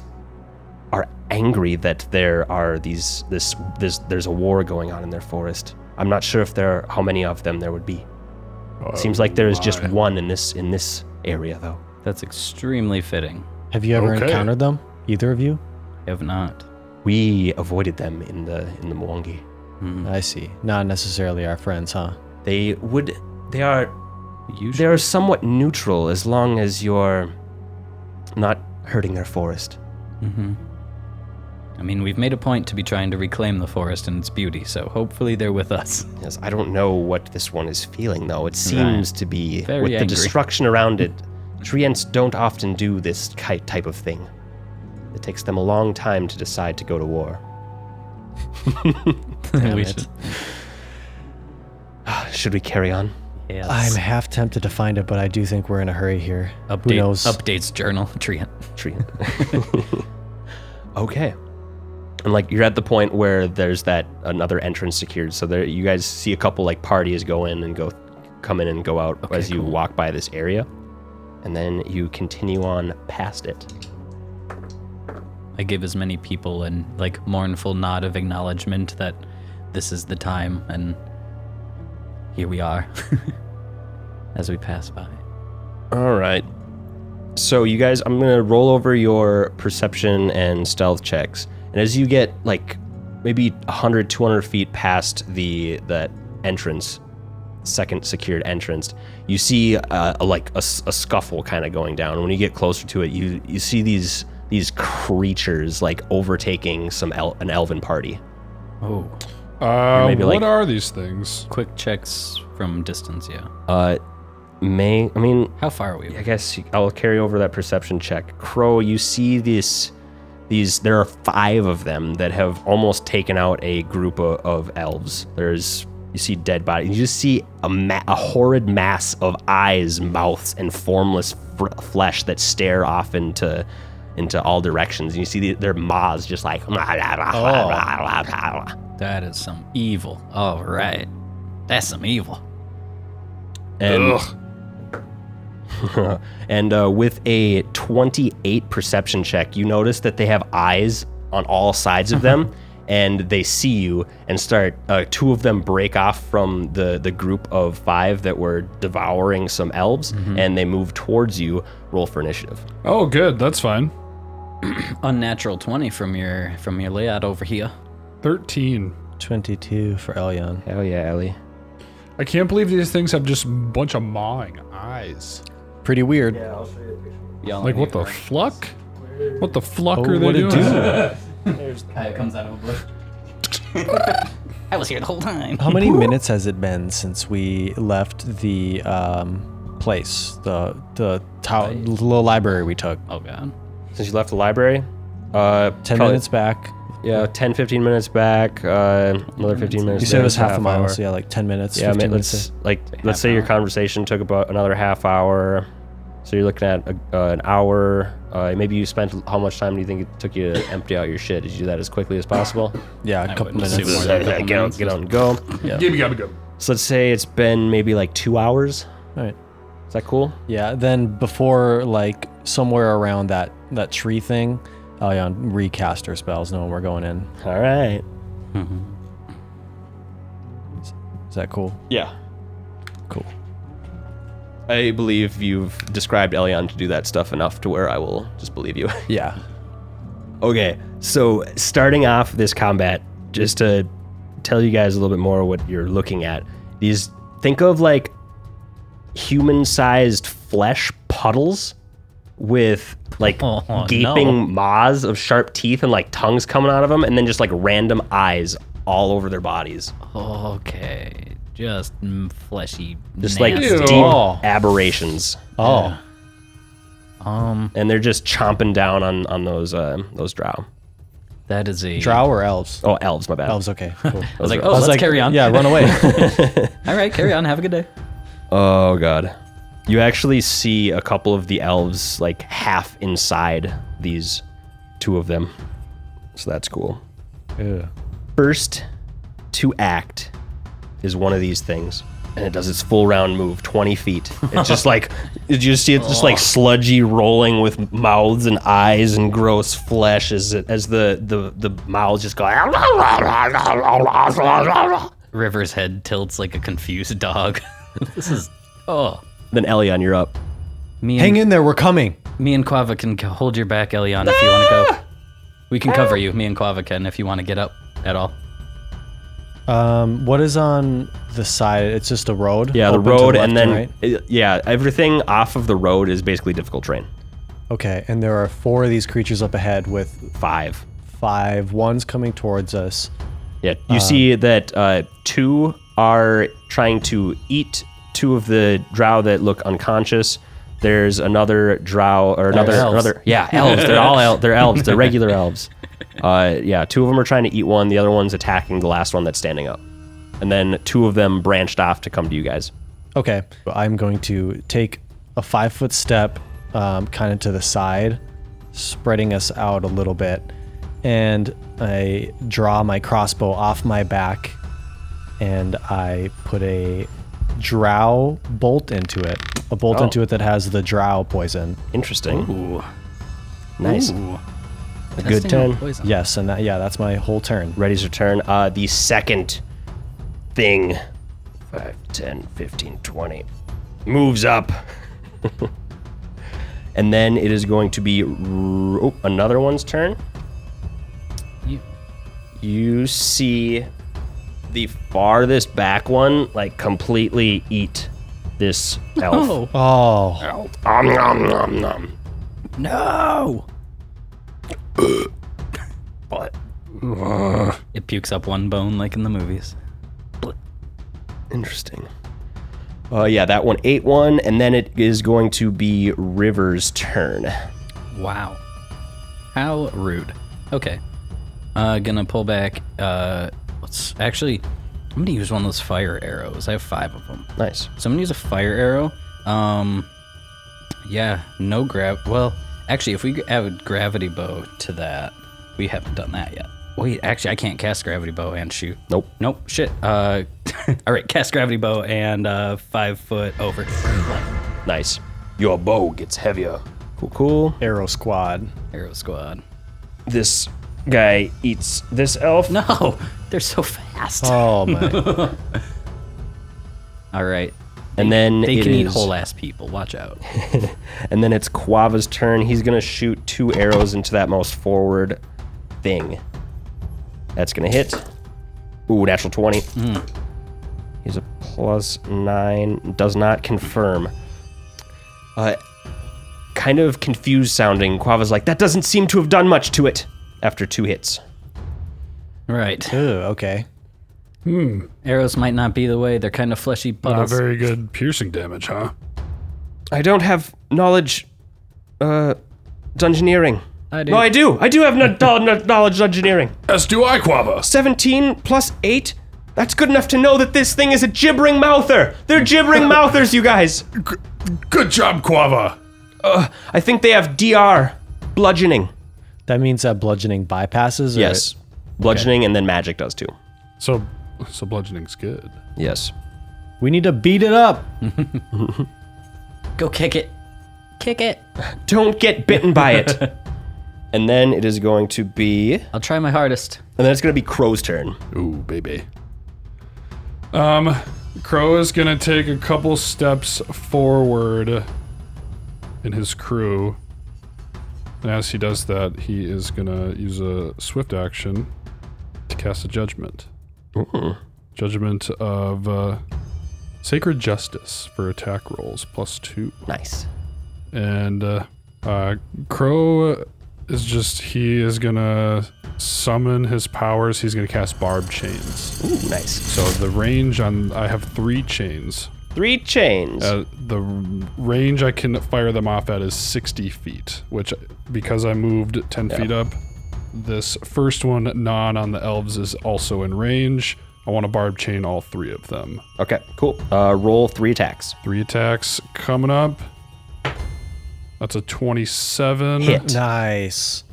are angry that there are these this this there's a war going on in their forest. I'm not sure if there are, how many of them there would be.
Oh,
Seems like there is just
my.
one in this in this area though.
That's extremely fitting.
Have you ever
Okay.
encountered them? Either of you?
I have not.
We avoided them in the in the Mwangi.
Hmm.
I see. Not necessarily our friends, huh?
They would they are they
Usually.
are somewhat neutral as long as you're not hurting their forest.
hmm I mean, we've made a point to be trying to reclaim the forest and its beauty, so hopefully they're with us.
Yes, I don't know what this one is feeling though. It seems to be
Very
with the
angry.
destruction around it. Treants don't often do this ki- type of thing. It takes them a long time to decide to go to war.
we
it.
should.
Should we carry on?
Yes.
I'm half tempted to find it, but I do think we're in a hurry here.
Update,
Who knows?
Updates journal. Treant.
tree. okay. And like you're at the point where there's that another entrance secured, so there you guys see a couple like parties go in and go, come in and go out
Okay,
as you
cool.
walk by this area, and then you continue on past it.
I give as many people an like mournful nod of acknowledgement that this is the time and here we are as we pass by.
All right. So you guys, I'm gonna roll over your perception and stealth checks, and as you get like maybe 100, 200 feet past the that entrance, second secured entrance, you see uh, a, like a, s- a scuffle kind of going down. When you get closer to it, you you see these these creatures like overtaking some el- an elven party.
Oh,
Uh,
maybe
what
like-
are these things?
quick checks from distance, yeah.
Uh, May I mean
How far are we?
I guess you- I'll carry over that perception check. Crow, you see this. These there are five of them that have almost taken out a group of, of elves. There's you see dead bodies. You just see a, ma- a horrid mass of eyes, mouths, and formless fr- flesh that stare off into into all directions. And you see the, their maws just like.
That is some evil. All right. That's some evil.
And and uh, with a 28 perception check, you notice that they have eyes on all sides of them, and they see you and start. Uh, two of them break off from the the group of five that were devouring some elves, and they move towards you. Roll for initiative.
Oh, good. That's fine.
Unnatural 20 from your from your layout over here.
13.
22 for Elion.
Hell yeah, Ellie.
I can't believe these things have just a bunch of mawing eyes.
Pretty weird.
Y'all
Like,
ain't
what the
right.
fluck? What the fluck
Oh,
are they
what
doing?
it do?
Kaya comes out of a bush. I was here the whole time.
How many minutes has it been since we left the um, place, the the tow- little library we took?
Oh god.
Since you left the library, uh,
10
probably-
minutes back.
Yeah, 10, 15 minutes back. Uh, another 15 minutes.
You said
there,
it was half a mile,
hour.
so yeah, like 10 minutes.
Yeah, I
15
mean,
minutes.
let's like let's say your conversation took about another half hour, so you're looking at a, uh, an hour. Uh, maybe you spent how much time do you think it took you to empty out your shit? Did you do that as quickly as possible?
yeah, a couple
wouldn't assume
minutes.
more than a couple
get out,
minutes.
get out, and go.
Give me, gotta go.
So let's say it's been maybe like two hours.
All right.
Is that cool?
Yeah, then before like somewhere around that that tree thing, Elion recast her spells knowing we're going in.
All right.
Is that cool?
Yeah.
Cool.
I believe you've described Elion to do that stuff enough to where I will just believe you.
Yeah.
Okay, so starting off this combat, just to tell you guys a little bit more what you're looking at, these think of like human sized flesh puddles with like
Oh, no.
gaping maws of sharp teeth and like tongues coming out of them, and then just like random eyes all over their bodies.
Okay. Just mm, fleshy.
Just like
nasty.
Ew.
deep aberrations.
Oh,
um
And they're just chomping down on, on those uh, those drow.
that is a
drow or elves?
Oh, elves, my bad.
Elves, okay. Cool.
I was like, oh, let's carry on.
Yeah, run away.
All right, carry on. Have a good day.
Oh god. You actually see a couple of the elves like half inside these two of them. So that's cool. First to act is one of these things. And it does its full round move, 20 feet. It's just like, you just see it's just like sludgy rolling with mouths and eyes and gross flesh as, it, as the, the, the mouths just go.
River's head tilts like a confused dog. this is oh.
Then Elion, you're up.
Me and
Hang in there, we're coming.
me and Quava can c- hold your back, Elion, if you want to go. We can cover you. Me and Quava can if you want to get up at all.
Um, what is on the side? It's just a road.
Yeah, the
Open to
road,
left
and then
right?
uh, yeah, everything off of the road is basically difficult terrain.
Okay, and there are four of these creatures up ahead with
Five.
five. One's coming towards us.
Yeah,
Uh-huh.
you see that uh, two are trying to eat two of the drow that look unconscious. There's another drow or another
elves.
another yeah elves. They're all el- they're elves. They're regular elves. Uh, yeah, two of them are trying to eat one. The other one's attacking the last one that's standing up, and then two of them branched off to come to you guys.
Okay, I'm going to take a five foot step, um, kind of to the side, spreading us out a little bit, and I draw my crossbow off my back, and I put a drow bolt into it, a bolt
Oh.
into it that has the drow poison.
Interesting.
Ooh,
Nice.
a
good time.
Yes, and that yeah, that's my whole turn.
Ready's return. Uh, the second thing 5, 10, 15, 20 moves up. and then it is going to be r- oh, another one's turn.
You-
You see the farthest back one like completely eat this elf.
Oh,
Om nom nom nom.
No.
But
It pukes up one bone like in the movies.
interesting. Uh, yeah, that one ate one, and then it is going to be River's turn.
Wow. How rude. Okay. Uh, gonna pull back. Uh, let's actually. I'm gonna use one of those fire arrows. I have five of them.
Nice.
So I'm gonna use a fire arrow. Um, yeah, no grab. Well, actually, if we add a gravity bow to that, we haven't done that yet. Wait, actually, I can't cast gravity bow and shoot.
Nope.
Nope. Shit. Uh, all right, cast gravity bow and uh, five foot over.
Nice. Your bow gets heavier. Cool, cool.
Arrow Squad.
Arrow squad.
This guy eats this elf.
No, they're so fast.
Uh,
Oh my.
All right.
And then
They
it
can eat
is-
whole ass people. Watch out.
And then it's Quava's turn. He's gonna shoot two arrows into that most forward thing. That's gonna hit. Ooh, natural twenty. He's a plus nine. Does not confirm. Uh, kind of confused sounding. Quava's like, that doesn't seem to have done much to it. After two hits.
Right.
Ooh, okay.
Arrows might not be the way. They're kind of fleshy
Not
puddles.
very good piercing damage, huh?
I don't have knowledge, uh, dungeoneering.
I do.
No, I do. I do have no, no, knowledge dungeoneering.
As do I, Quava.
17 plus 8? That's good enough to know that this thing is a gibbering mouther. They're gibbering mouthers, you guys.
Good job, Quava.
I think they have DR, bludgeoning.
That means that bludgeoning bypasses. Or
Yes. Bludgeoning and then magic does too.
So, so bludgeoning's good.
Yes.
we need to beat it up.
Go kick it. Kick it.
Don't get bitten by it. and then it is going to be. And
I'll try my hardest.
then it's going to be Crow's turn.
Ooh, baby. Um, Crow is gonna take a couple steps forward in his crew. And as he does that, he is gonna use a swift action to cast a judgment. Judgment of uh, Sacred Justice for attack rolls plus two
Nice.
and uh, uh, Crow is just he is gonna summon his powers. He's gonna cast barb chains.
Ooh, nice.
So the range on I have three chains.
Three chains.
Uh, the range I can fire them off at is 60 feet, which because I moved 10 feet up, this first one non on the elves is also in range. I want to barb chain all three of them.
okay, cool. Uh, roll three attacks.
Three attacks coming up. That's a 27.
Hit.
Nice.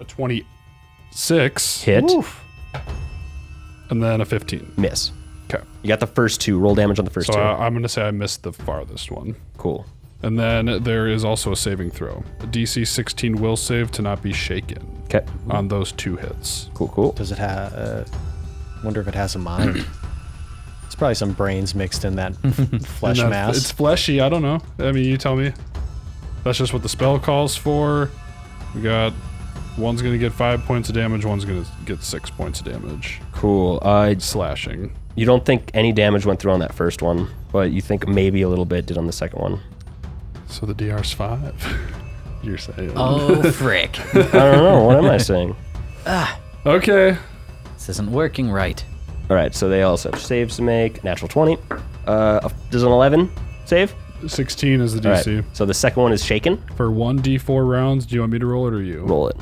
a 26
Hit.
and then a 15
Miss.
okay
You got the first two. Roll damage on the first
so
two.
I, i'm gonna say i missed the farthest one
cool.
and then there is also a saving throw a dc 16 will save to not be shaken
Okay.
on those two hits
Cool, cool.
Does it have? Uh, wonder if it has a mind. It's probably some brains mixed in that flesh
And that's-
mass.
it's fleshy i don't know i mean you tell me that's just what the spell calls for we got one's gonna get five points of damage one's gonna get six points of damage
Cool. Uh,
slashing
You don't think any damage went through on that first one, but you think maybe a little bit did on the second one.
so the dr's five you're saying
Oh, frick.
I don't know. What am I saying?
okay
this isn't working right.
All right, so they also have saves to make. Natural 20. Uh, does an 11 save?
16 is the
All right.
dc
So the second one is shaken.
For one d4 rounds, do you want me to roll it or you?
Roll it.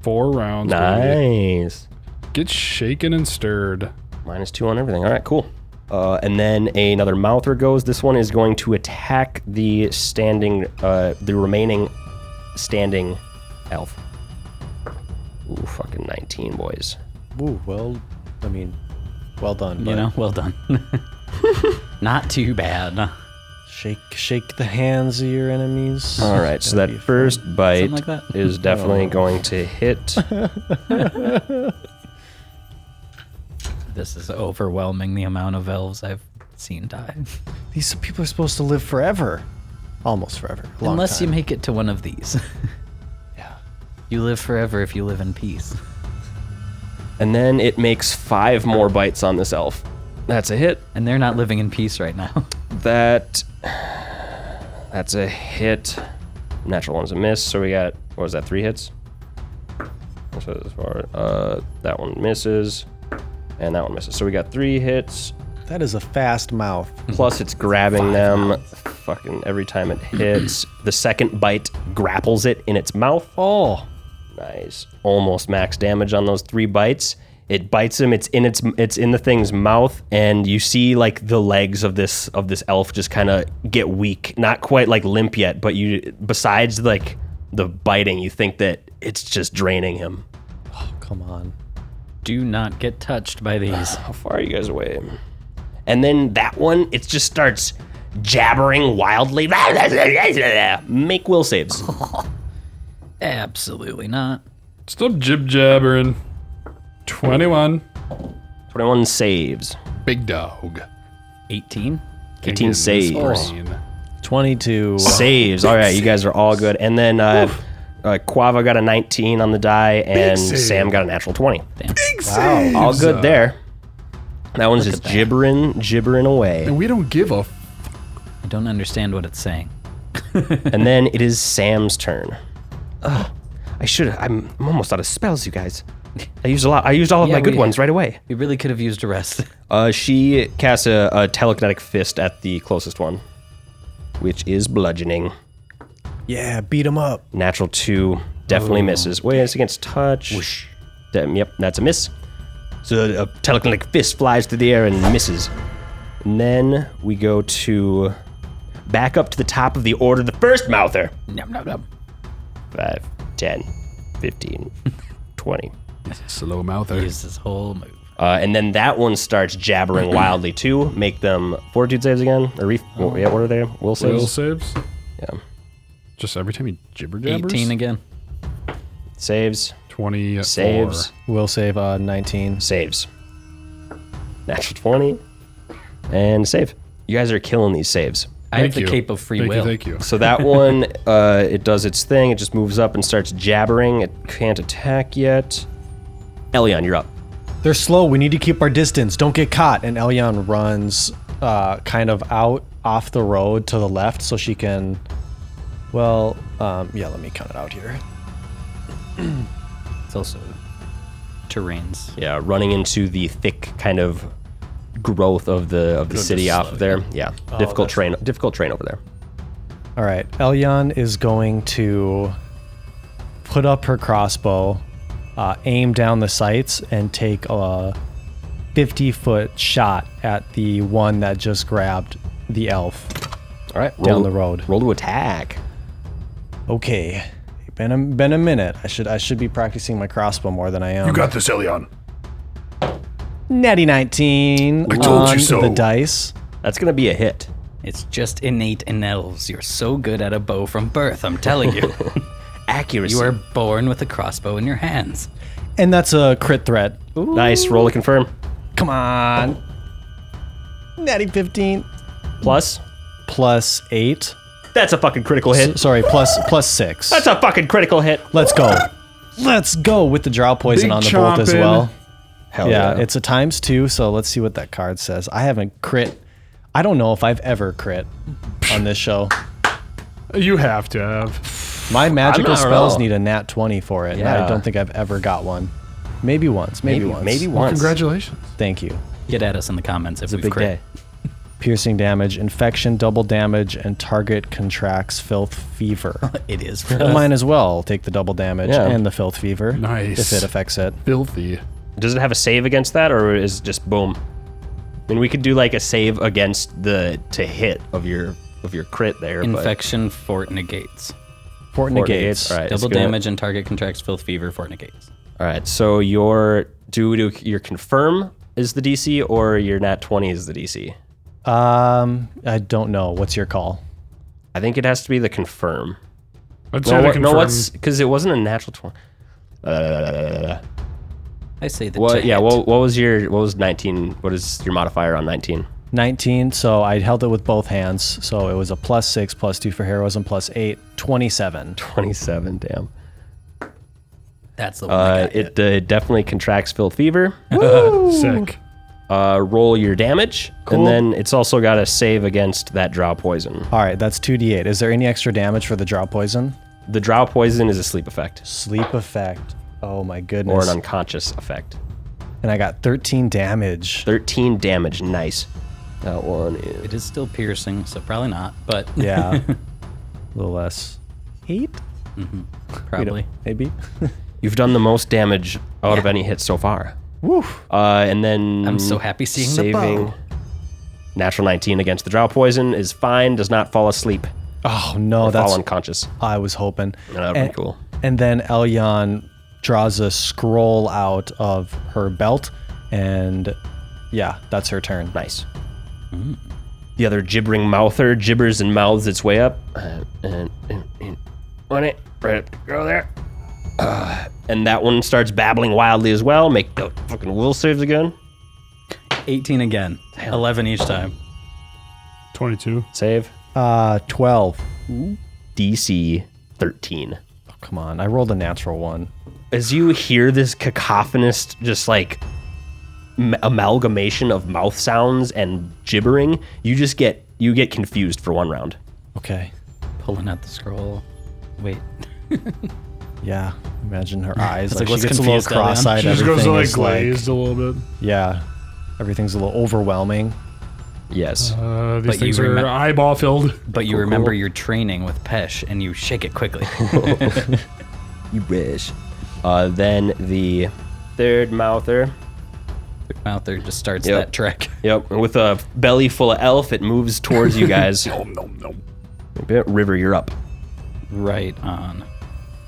Four rounds. baby.
Nice.
Get shaken and stirred.
Minus two on everything. All right, cool. Uh, and then another mouther goes. This one is going to attack the standing, uh, the remaining standing elf. Ooh, fucking 19, boys.
Ooh, well, I mean, well done.
You
bud.
know, well done. Not too bad. Something
shake shake the hands of your enemies.
All right, so that first bite
like that.
is definitely going to hit.
This is overwhelming the amount of elves I've seen die.
These people are supposed to live forever, almost forever. a long
Unless you
time.
make it to one of these.
Yeah.
You live forever if you live in peace.
And then it makes five more bites on this elf. That's a hit.
And they're not living in peace right now.
That. That's a hit. Natural one's a miss, so we got. What was that, three hits? So this far, uh, that one misses, and that one misses. So we got three hits
That is a fast mouth.
Plus, it's grabbing them fucking every time it hits. the second bite grapples it in its mouth.
Oh,
Nice. Almost max damage on those three bites. It bites him. It's in its it's in the thing's mouth, and you see like the legs of this of this elf just kind of get weak. Not quite like limp yet, but you besides like the biting, you think that it's just draining him.
come on.
Do not get touched by these.
How far are you guys away? And then that one, it just starts jabbering wildly. Make will saves.
Absolutely not.
Stop jib jabbering. 21.
Twenty-one saves.
Big dog.
18?
Eighteen
Oh.
saves.
Brain.
22.
saves. All right, you guys are all good. And then uh, uh, Quava got a 19 on the die, and
save.
Sam got a natural 20.
Wow.
All good there. That one's just gibbering, gibbering away.
And we don't give a f-
I don't understand what it's saying.
and then it is Sam's turn. Ugh, I should. I'm, I'm almost out of spells, you guys. I used a lot. I used all of
Yeah,
my good
we-
ones right away.
We really could have used a rest.
Uh, she casts a, a telekinetic fist at the closest one, which is bludgeoning.
Yeah, beat him up.
Natural two definitely
Oh.
misses. Wait, it's against touch. Damn, yep, that's a miss. So a telekinetic fist flies through the air and misses. And then we go to back up to the top of the order. The first mouther.
Nom, nom, nom.
5, 10, 15, 20.
slow mouther.
Use this whole move.
Uh, and then that one starts jabbering wildly too. Make them fortitude saves again. Or ref- yeah, what are they? Will saves.
Will saves.
Yeah.
Just every time he jibber jabbers.
18 again.
Saves.
24.
Saves.
Will save uh, 19.
saves. Natural 20. And save. You guys are killing these saves.
I have
Thank
the
you.
cape of free
thank
will.
You, thank you.
So that one, uh, it does its thing. It just moves up and starts jabbering. It can't attack yet. Elion, you're up.
They're slow. We need to keep our distance. Don't get caught. And Elion runs uh, kind of out off the road to the left so she can. Well, um, yeah, let me count it out here.
It's also terrains.
Yeah, running into the thick kind of growth of the of the city off of there. Yeah, difficult train. Difficult train over there.
All right, Elyon is going to put up her crossbow, uh, aim down the sights, and take a 50 foot shot at the one that just grabbed the elf.
All right,
Down
roll-
the road.
Roll to attack.
Okay, been a, been a minute. I should I should be practicing my crossbow more than I am. You
got this, Elion.
natty 19
I told you
on
so.
the dice.
That's gonna be a hit.
It's just innate in elves. You're so good at a bow from birth, I'm telling you.
Accuracy.
you are born with a crossbow in your hands.
And that's a crit threat.
nice. Roll to confirm.
Come on. Natty 15
Plus,
plus 8.
that's a fucking critical hit.
Sorry, plus plus 6.
That's a fucking critical hit.
Let's go. Let's go with the draw poison
Big
on the bolt as
chomping.
well.
Hell
yeah, it's a times two, so let's see what that card says. I haven't crit. I don't know if I've ever crit on this show.
Uh, You have to have.
My magical
not
spells
wrong.
need a nat 20 for it, and I
Yeah.
don't think I've ever got one. Maybe once, maybe,
maybe,
once.
maybe
Well,
once.
congratulations.
Thank you.
Get at us in the comments if
It's a
we've
big
crit.
day.
Piercing damage, infection, double damage, and target contracts filth fever.
It is.
well, mine as well take the double damage
Yeah.
and the filth fever.
Nice.
If it affects it.
Filthy.
Does it have a save against that, or is it just boom? And we could do like a save against the to hit of your of your crit there.
Infection fort negates.
Fort
But
negates.
All right, it's
Double
gonna-
damage and target contracts filth fever fort negates.
All right, so your do do your confirm is the DC or your nat twenty is the DC.
Um, I don't know. What's your call?
I think it has to be the confirm.
I'd
No,
say
what,
to
no,
confirm.
what's because it wasn't a natural twenty. Uh,
I say the
what?
to
Yeah.
hit.
What, what was your? What was nineteen? What is your modifier on nineteen?
19, so I held it with both hands. So it was a plus six, plus two for heroism, plus eight, 27.
Twenty-seven. Damn.
That's the one. I
Uh,
got.
it, uh, it definitely contracts filled fever.
Sick.
uh, roll your damage, and then it's also got to save against that draw poison.
All right, that's 2d8. Is there any extra damage for the draw poison?
The draw poison is a sleep effect
Sleep effect. Oh my goodness.
or an unconscious effect.
and I got 13 damage.
13 damage. Nice. That one is.
It is still piercing, so probably not, but
Yeah. A little less. Eight? You know,
probably.
maybe.
You've done the most damage out of any hit so far.
Woof.
Uh, and then
I'm so happy seeing the
saving.
bow.
Natural 19 against the drought poison is fine. Does not fall asleep.
Oh, no, that's
fall unconscious.
I was hoping.
Yeah, that'd be
and,
cool.
And then Elyon draws a scroll out of her belt, and yeah, that's her turn.
Nice.
Mm.
The other gibbering mouther gibbers and mouths its way up. Uh, and, and, and, on it, right up, go there. Uh, and that one starts babbling wildly as well. Make the fucking will saves again.
18 again. 11 each time.
22.
Save.
Uh, twelve.
DC 13.
Oh, come on, I rolled a natural one.
as you hear this cacophonous, just like m- amalgamation of mouth sounds and gibbering, you just get you get confused for one round.
Okay.
Pulling out the scroll. Wait.
Yeah. Imagine her eyes.
It's
like,
like, what's
she gets a little
confused, Elyon?
cross-eyed.
She just goes
everything
like
is, like-
glazed a little bit.
yeah. Everything's a little overwhelming.
Yes.
Uh, these
But you
things are
remem-
eyeball filled.
But you remember your training with Pesh and you shake it quickly.
You wish. Uh, then the third mouther.
Mouther just starts
Yep.
that trek.
Yep. and With a belly full of elf, it moves towards you guys. River, you're up.
Right on.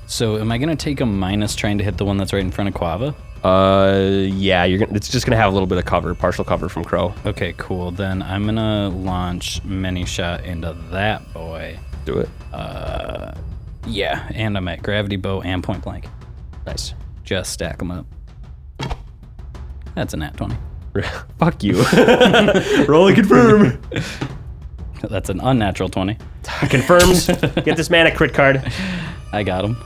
So am I going to take a minus trying to hit the one that's right in front of Quava?
Uh, yeah, you're gonna. It's just gonna have a little bit of cover, partial cover from Crow.
Okay, cool. Then I'm going to launch many shot into that boy.
Do it.
Yeah, and I'm at gravity bow and point blank.
Nice.
Just stack them up. That's a nat 20.
Fuck you. Roll and confirm.
That's an unnatural 20.
Confirms. Get this man a crit card.
I got him.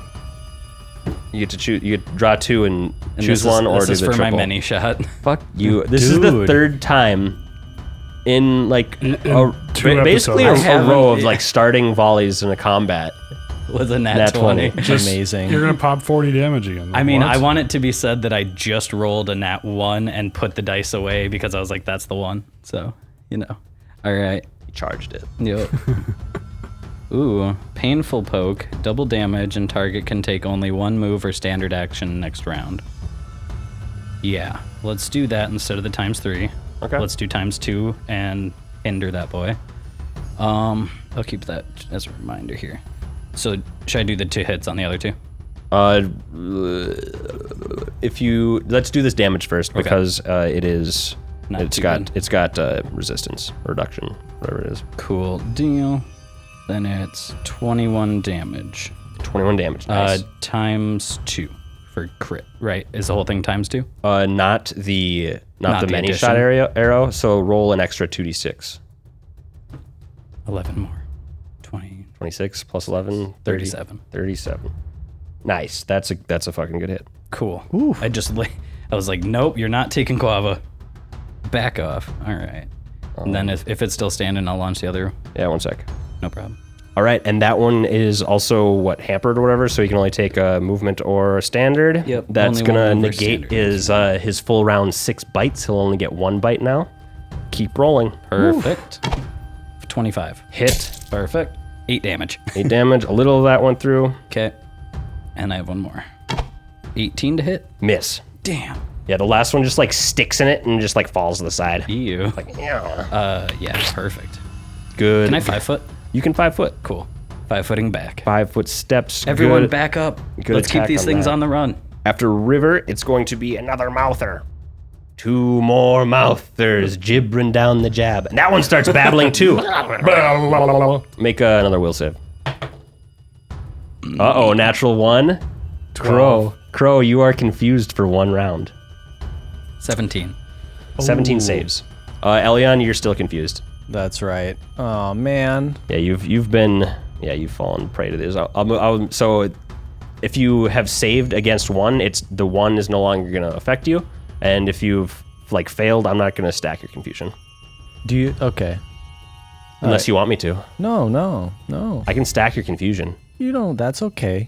You get to choose. You get to draw two and, choose one, or
this
do
is
the
for
triple.
my mini shot.
Fuck
Mm.
you. This is the
Dude.
third time in like
In- in
a,
two
ba- basically a,
episodes. e-
I
a
haven't-
row of like starting volleys in a combat.
Was a nat,
Nat 20.
20.
Just-
Amazing.
You're gonna pop 40 damage again.
I mean,
What?
I want it to be said that I just rolled a nat 1 and put the dice away because I was like, that's the one. So, you know. All right.
He charged it.
Yep. Ooh, painful poke, double damage, and target can take only one move or standard action next round. Yeah, let's do that instead of the times three.
Okay.
Let's do times two and hinder that boy. Um, I'll keep that as a reminder here. So, should I do the two hits on the other two?
Uh, if you let's do this damage first because uh, it is
Not
it's
too
got
good.
it's got uh, resistance reduction whatever it is.
Cool deal. Then it's 21 damage.
Twenty one damage. Nice.
Uh, times two for crit, right? Is the whole thing times two?
Uh, not the not,
Not
the,
the
many
addition.
shot arrow, arrow. So roll an extra two d six.
11 more. 20,
26 plus 11 30,
37.
37 nice that's a that's a fucking good hit
Cool. I just like I was like, nope, you're not taking Quava. Back off. All right. and then if, if it's still standing, I'll launch the other.
yeah one sec
No problem.
all right and that one is also what hampered or whatever so he can only take a movement or a standard
Yep,
that's
only one
gonna
move or
negate
standard.
his uh his full round six bites he'll only get one bite now keep rolling
Perfect. 25.
hit
Perfect. Eight damage.
eight damage a little of that went through
Okay. And I have one more. 18 to hit.
miss
Damn.
yeah the last one just like sticks in it and just like falls to the side
Ew.
like yeah
Uh, yeah, perfect.
good
Can I five foot?
you can five foot
Cool. Five footing back.
five foot steps
Everyone
good.
back up.
good
Let's keep
attack
these
on
things
that.
on the run.
After River, it's going to be another mouther. Two more mouthers gibbering down the jab. And that one starts babbling too. Make uh, another will save. Uh oh, natural one. Crow. Crow, you are confused for one round.
17.
17 saves. Uh, Elyon, you're still confused.
That's right. Oh man.
Yeah, you've you've been yeah you've fallen prey to this. I'll, I'll, I'll- so if you have saved against one, it's the one is no longer going to affect you, and if you've like failed, I'm not going to stack your confusion
Do you? Okay.
unless you want me to.
No, no, no.
I can stack your confusion.
You know that's okay.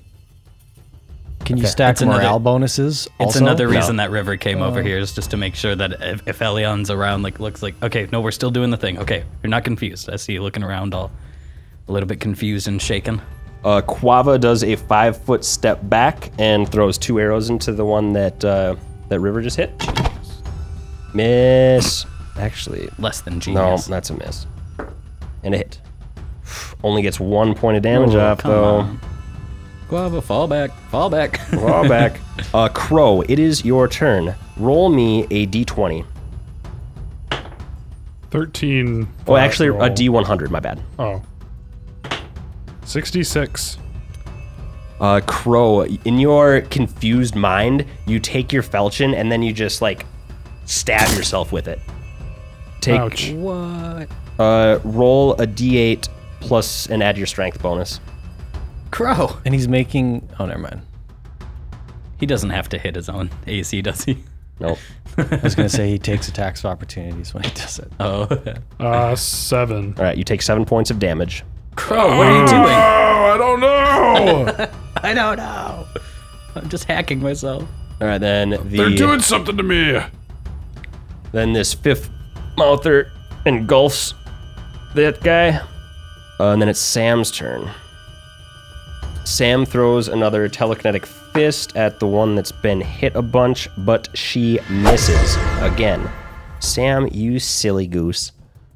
Can you stack
It's
morale
another-
bonuses?
It's
also?
another
No.
reason that River came over
Uh.
here is just to make sure that if, if Elion's around, like looks like okay, no, we're still doing the thing. Okay, you're not confused. I see you looking around, all a little bit confused and shaken.
Uh, Quava does a five foot step back and throws two arrows into the one that uh, that River just hit. Miss. Actually,
Less than
no,
genius.
that's a miss. And a hit. Only gets one point of damage off
Come
though.
on. Guava, fall back, fall back.
Claw back. Uh, Crow, it is your turn. Roll me a d20.
13.
Oh, actually,
uh,
roll.
a d100. My bad.
Oh. 66.
Uh, Crow, in your confused mind, you take your falchion and then you just like stab yourself with it. Take
Ouch.
what?
uh, roll a d8 plus and add your strength bonus.
Crow.
And he's making. Oh, never mind.
He doesn't have to hit his own AC, does he?
Nope.
I was gonna say he takes attacks of opportunities when he does it.
Oh,
Uh, 7.
All right, you take seven points of damage.
Crow, what are you
Oh,
Mm.
doing?
I don't know.
I don't know. I'm just hacking myself.
All right, then
They're doing
the
something to me.
then this fifth mouther engulfs that guy, uh, and then it's Sam's turn. Sam throws another telekinetic fist at the one that's been hit a bunch, but she misses again. Sam, you silly goose.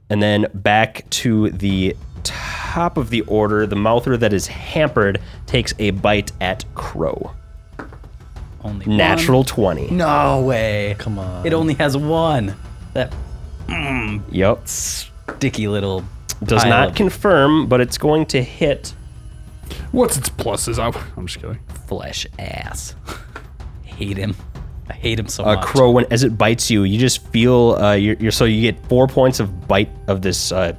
And then back to the top of the order, the mouther that is hampered takes a bite at Crow.
Only
Natural 20.
One. No way.
Come on.
It only has one. That
Yep.
sticky little.
Does
pile
not
of
confirm, but it's going to hit
What's its pluses? I, I'm just kidding.
flesh ass. hate him. I hate him so
a
much.
crow when as it bites you you just feel uh, you're, you're so you get four points of bite of this uh,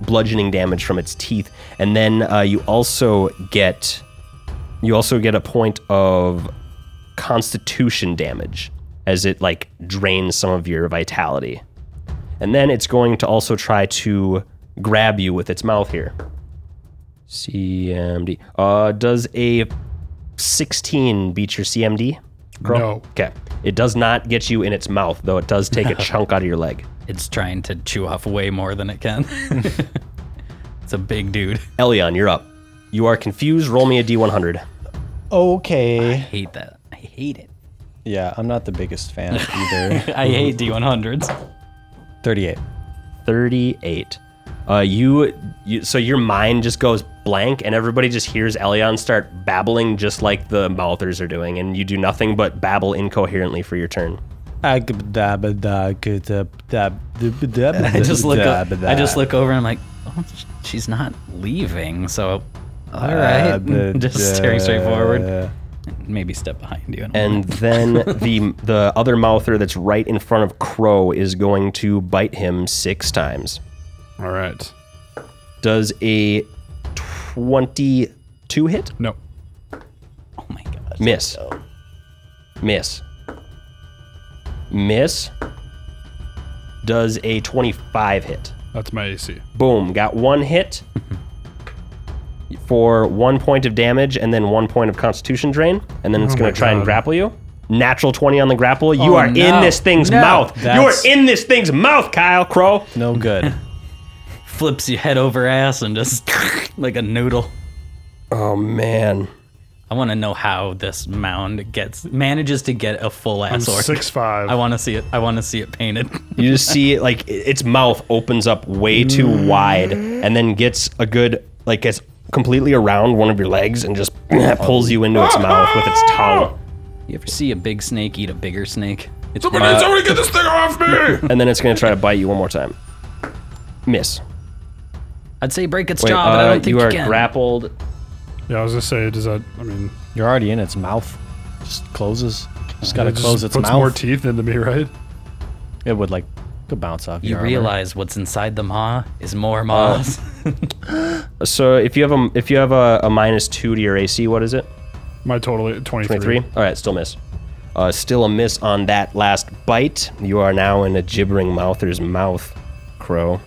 bludgeoning damage from its teeth and then uh, you also get you also get a point of constitution damage as it like drains some of your vitality and then it's going to also try to grab you with its mouth here cmd uh, does a 16 beat your cmd
No.
Okay. It does not get you in its mouth, though it does take a chunk out of your leg.
It's trying to chew off way more than it can. it's a big dude.
Elion, you're up. You are confused. Roll me a d100.
I
Okay.
hate that. I hate it.
Yeah, I'm not the biggest fan either.
Mm-hmm.
I hate D100s.
Thirty-eight.
38. Uh, you, you, so your mind just goes blank, and everybody just hears Elion start babbling just like the Mouthers are doing, and you do nothing but babble incoherently for your turn.
I
I just
just
look. o- I just look over and I'm like, oh, sh- she's not leaving. So, all
Uh,
right, just staring straight forward. Maybe step behind you. And,
And then the the other Mouther that's right in front of Crow is going to bite him six times.
All right.
Does a 22 hit?
No.
oh my gosh.
Miss. Miss. Miss. Does a 25 hit.
That's my AC.
Boom. Got one hit for one point of damage and then one point of constitution drain. And then it's going
my
to try and
God.
grapple you. Natural 20 on the grapple. You
Oh,
are
no.
in this thing's
No.
mouth. You are
That's-
in this thing's mouth, Kyle Crow.
No good.
Flips you head over ass and just like a noodle.
Oh, man.
I want to know how this mound gets manages to get a full
I'm
ass orc.
six five.
I want to see it. I want to see it painted.
You just see it, like i- its mouth opens up way too wide and then gets a good like gets completely around one of your legs and just pulls you into its mouth with its tongue.
you ever see a big snake eat a bigger snake? It's
somebody, somebody get this thing off me!
And then it's gonna try to bite you one more time. Miss.
I'd say break its
Wait,
jaw, but I
uh,
don't think
you
you,
are
can.
grappled.
yeah, I was gonna say, does that? I mean,
You're already in its mouth. Just closes. Just gotta
it just
close its
puts
mouth.
more teeth into me, right?
it would like could bounce off.
you
your armor.
realize what's inside the maw is more maws.
So if you have a if you have a, a minus two to your AC, what is it?
My total is 23.
Twenty-three? Alright, still miss. Uh, still a miss on that last bite. You are now in a gibbering mouther's mouth, Crow.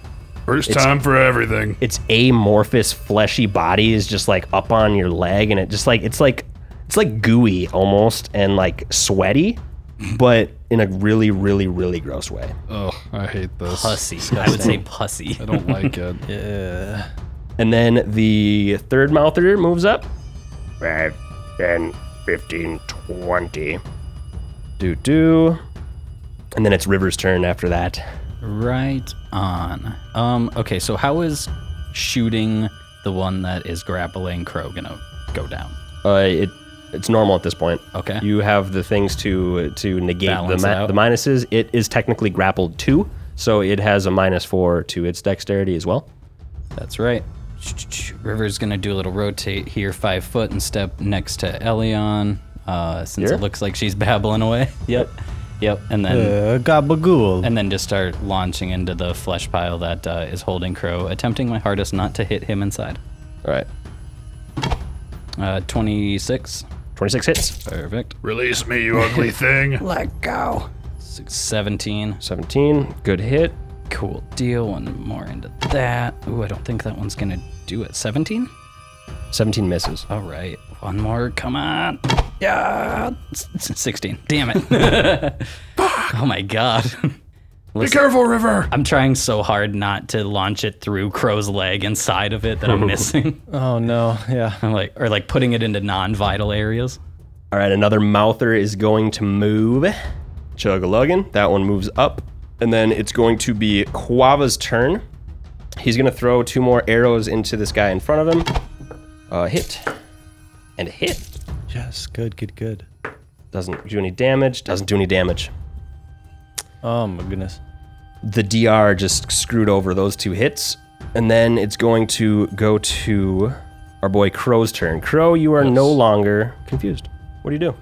First time for everything.
its amorphous fleshy body is just like up on your leg and it just like it's like It's like gooey almost and like sweaty, but in a really, really, really gross way.
Ugh, I hate this.
Pussy. I would say pussy.
I don't like it.
And then the third mouth eater moves up. 5, 10, 15, 20. Do do. And then it's River's turn after that.
Right on. Um. Okay. So how is shooting the one that is grappling Crow gonna go down?
Uh, it it's normal at this point.
Okay.
You have the things to to negate
Balance
the
it
ma-
out.
the minuses. It is technically grappled too, so it has a minus four to its dexterity as well.
That's right. River's gonna do a little rotate here, five foot, and step next to Elion, uh, since
Here?
it looks like she's babbling away. Yep. Yep. And then
Uh, gabagool.
and then just start launching into the flesh pile that uh, is holding Crow, attempting my hardest not to hit him inside.
All right.
Uh, 26.
Twenty six hits.
Perfect.
Release me, you ugly thing.
Let go. 17.
Seventeen. Good hit.
Cool deal. One more into that. Ooh, I don't think that one's gonna do it. 17?
Seventeen misses.
All right. One more. Come on. Yeah. S- s- 16. Damn it. oh my god.
Be careful, River.
I'm trying so hard not to launch it through Crow's leg inside of it that I'm missing.
oh no, yeah.
I'm like, or like putting it into non-vital areas.
All right. Another mouther is going to move. Chug a luggin. That one moves up, and then it's going to be Quava's turn. He's going to throw two more arrows into this guy in front of him. Uh, hit and hit.
Yes, good, good, good.
Doesn't do any damage. Doesn't do any damage.
Oh my goodness.
the DR just screwed over those two hits. And then it's going to go to our boy Crow's turn. Crow, you are no longer confused. What do you do?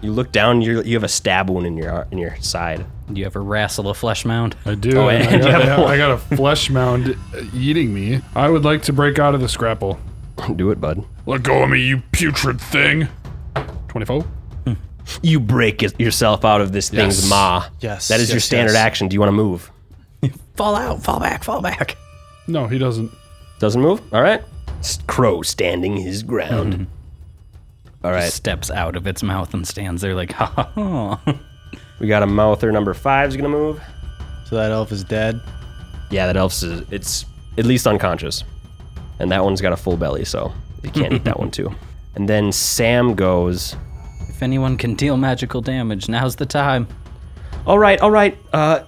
You look down. You you have a stab wound in your ar- in your side.
You ever wrestle a flesh mound?
I do. and I, got, I- I got a flesh mound eating me. I would like to break out of this grapple.
do it, bud.
Let go of me, you putrid thing. 24.
You break it- yourself out of this thing's
Yes.
maw.
Yes,
That is your
yes,
standard
yes.
action. Do you want to move?
Fall out. Fall back. Fall back.
No, he doesn't.
Doesn't move. All right. S- Crow standing his ground. All right.
Steps out of its mouth and stands there like, ha ha. ha.
We got a mouther number five is gonna move.
So that elf is dead.
Yeah, that elf's is, it's at least unconscious, and that one's got a full belly, so you can't eat that one too. And then Sam goes,
If anyone can deal magical damage, now's the time.
"All right, all right, uh,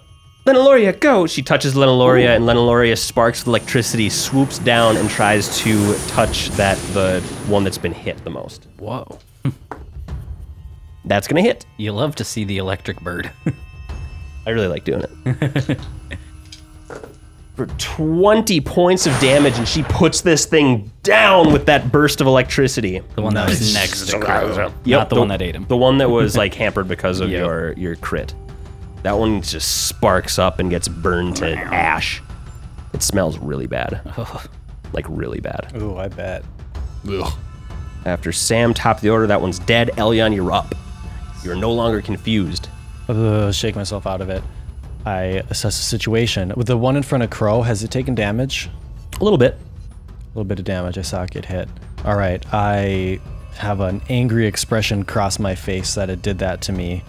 Lenaloria, go!" She touches Lenaloria, and Lenaloria sparks of electricity, swoops down, and tries to touch that the one that's been hit the most.
Whoa.
That's gonna hit.
You love to see the electric bird.
I really like doing it. For 20 points of damage, and she puts this thing down with that burst of electricity.
The one that was next to Crow.
Yep,
Not the, one that ate him.
The one that was like hampered because of your your crit. That one just sparks up and gets burned to ash. It smells really bad. Like really bad.
Ooh, I bet.
Ugh.
After Sam top of the order, that one's dead. Elyon, you're up. You're no longer confused.
Ugh, shake myself out of it. I assess the situation. With the one in front of Crow, has it taken damage?
A little bit.
A little bit of damage. I saw it get hit. All right. I have an angry expression cross my face that it did that to me.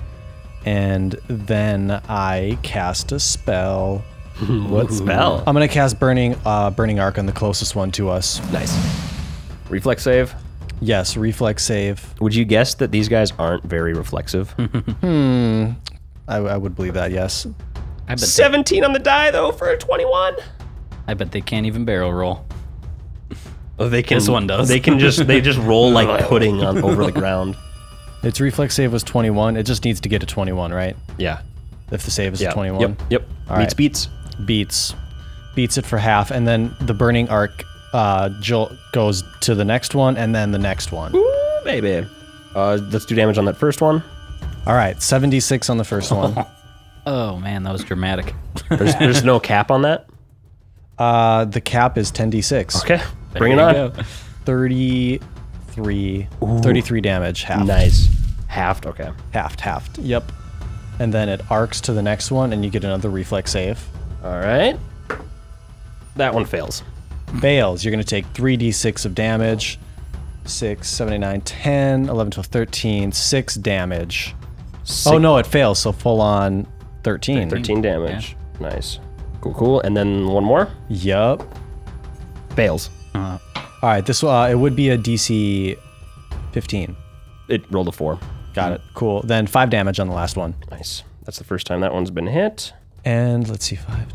And then I cast a spell.
What spell?
I'm gonna cast burning, uh, burning arc on the closest one to us.
nice. Reflex save.
Yes, reflex save.
Would you guess that these guys aren't very reflexive?
I, I would believe that. Yes.
I bet, they,
17 on the die though for a 21.
I bet they can't even barrel roll.
Oh, they can.
This one does.
They can just they just roll like pudding on over the ground.
Its reflex save was 21. It just needs to get to 21, right?
Yeah.
If the save is
Yeah.
a 21.
Yep. Yep.
All
beats
right.
beats.
beats beats it for half and then the burning arc uh jolt goes to the next one and then the next one
Ooh, baby. Uh, let's do damage on that first one.
all right 76 on the first one
Oh man, that was dramatic.
There's, there's no cap on that.
uh the cap is 10d6
Okay. Bring it
There
on.
you go.
33 33 damage half
Nice. Halved. Okay.
half half yep and then it arcs to the next one and you get another reflex save
All right. That one fails.
fails you're going to take 3d6 of damage 6, 7, 8, 9, 10, 11, 12, 13, 6 damage. Oh, no, it fails. So full on 13.
13 damage. Nice. Cool, cool. And then one more.
Yup.
Fails.
All right, this uh, it would be a DC 15.
It rolled a four. Hmm.
Got it. Cool. Then 5 damage on the last one.
Nice. That's the first time that one's been hit.
And let's see, five.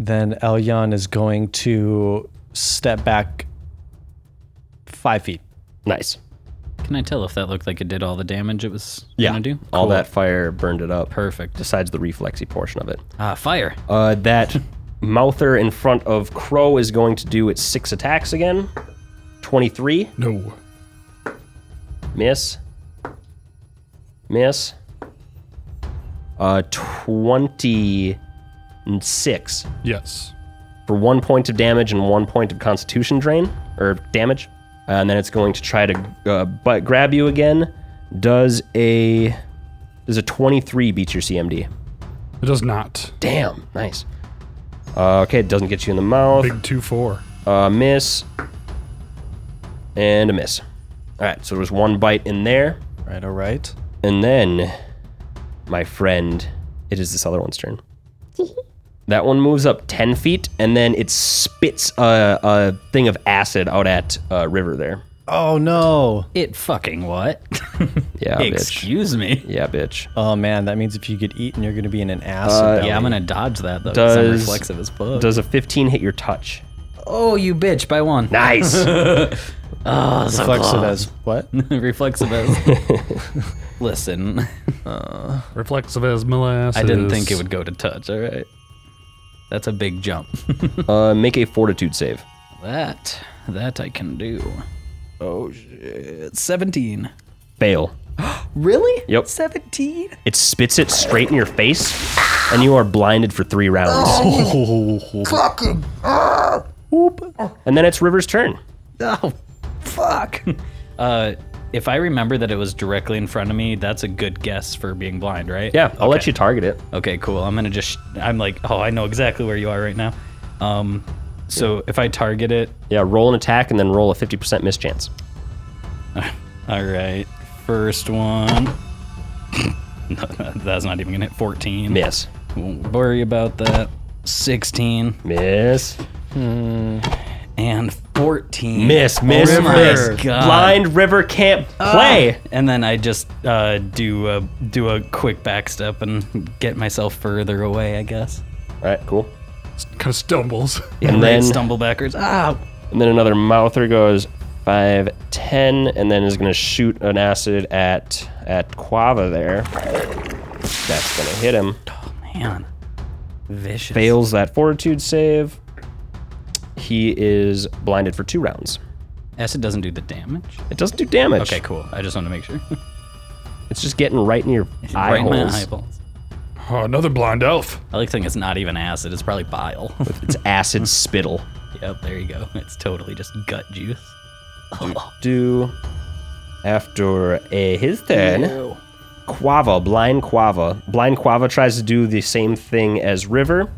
Then Elyon is going to step back five feet.
Nice.
Can I tell if that looked like it did all the damage it was gonna do?
All
Cool.
that fire burned it up.
Perfect.
Besides the reflexy portion of it.
Ah, fire.
Uh, that mouther in front of Crow is going to do its six attacks again. 23.
No.
Miss. Miss. Uh, 26
Yes.
for one point of damage and one point of constitution drain, or damage. And then it's going to try to uh, but grab you again. Does a. Does a 23 beat your CMD?
It does not.
Damn, nice. Uh, okay, it doesn't get you in the mouth.
Big 2 4.
Uh, miss. And a miss. All right, so there was one bite in there.
All right, all right.
And then, my friend, it is this other one's turn. that one moves up 10 feet, and then it spits a, a thing of acid out at uh, River there.
Oh, no.
It fucking what?
Yeah, bitch.
Excuse me.
Yeah, bitch.
Oh, man, that means if you get eaten, you're going to be in an acid belly.
Uh, Yeah, I'm gonna dodge that though. 'cause I'm
Does-
reflexive as fuck.
Does a 15 hit your touch?
oh, you bitch! By one.
Nice.
Oh, so
Reflexive
close.
as what?
reflexive as. Listen,
Reflexive as molasses.
I didn't think it would go to touch. All right, that's a big jump.
uh, make a fortitude save.
that that I can do. Oh shit! Seventeen.
Fail.
Really?
Yep.
Seventeen.
It spits it straight in your face, and you are blinded for three rounds.
ah.
And then it's River's turn.
Oh, fuck. Uh, if I remember that it was directly in front of me, that's a good guess for being blind, right?
Yeah, I'll let you target it.
Okay, cool. I'm gonna just. I'm like, oh, I know exactly where you are right now. Um, so if I target it,
Yeah, roll an attack and then roll a 50% miss chance.
all right. First one. no, that's not even gonna hit 14.
Miss.
Won't worry about that. 16
Miss.
and 14.
Miss, miss,
oh my
miss.
God. Ah.
Blind River can't play.
And then I just uh, do a, do a quick back step and get myself further away, I guess.
All right, cool.
Kind of stumbles.
And
Right,
then,
stumble backwards. Ah,
and then another mouther goes 5, 10, and then is going to shoot an acid at at Quava there. That's going to hit him.
man. Vicious.
Fails that fortitude save. He is blinded for two rounds.
Acid doesn't do the damage.
It doesn't do damage.
Okay, cool. I just want to make sure.
It's just getting right in your eye
right in my
holes.
eyeballs.
Oh, another blind elf.
I like to think it's not even acid. It's probably bile.
It's acid spittle.
yep, there you go. It's totally just gut juice. Oh,
do after a, his turn. Quava, blind Quava. Blind Quava tries to do the same thing as River.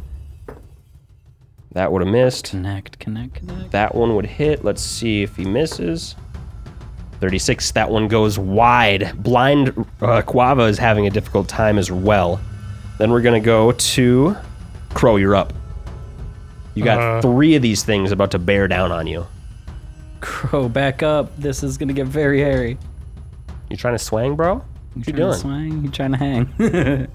That would have missed.
Connect, connect, connect.
That one would hit. Let's see if he misses. 36. That one goes wide. Blind uh, Quava is having a difficult time as well. Then we're going to go to Crow, you're up. You got
Uh.
three of these things about to bear down on you.
Crow, back up. This is gonna get very hairy.
You trying to swang, bro? What you
trying
doing?
to swing? You trying to hang?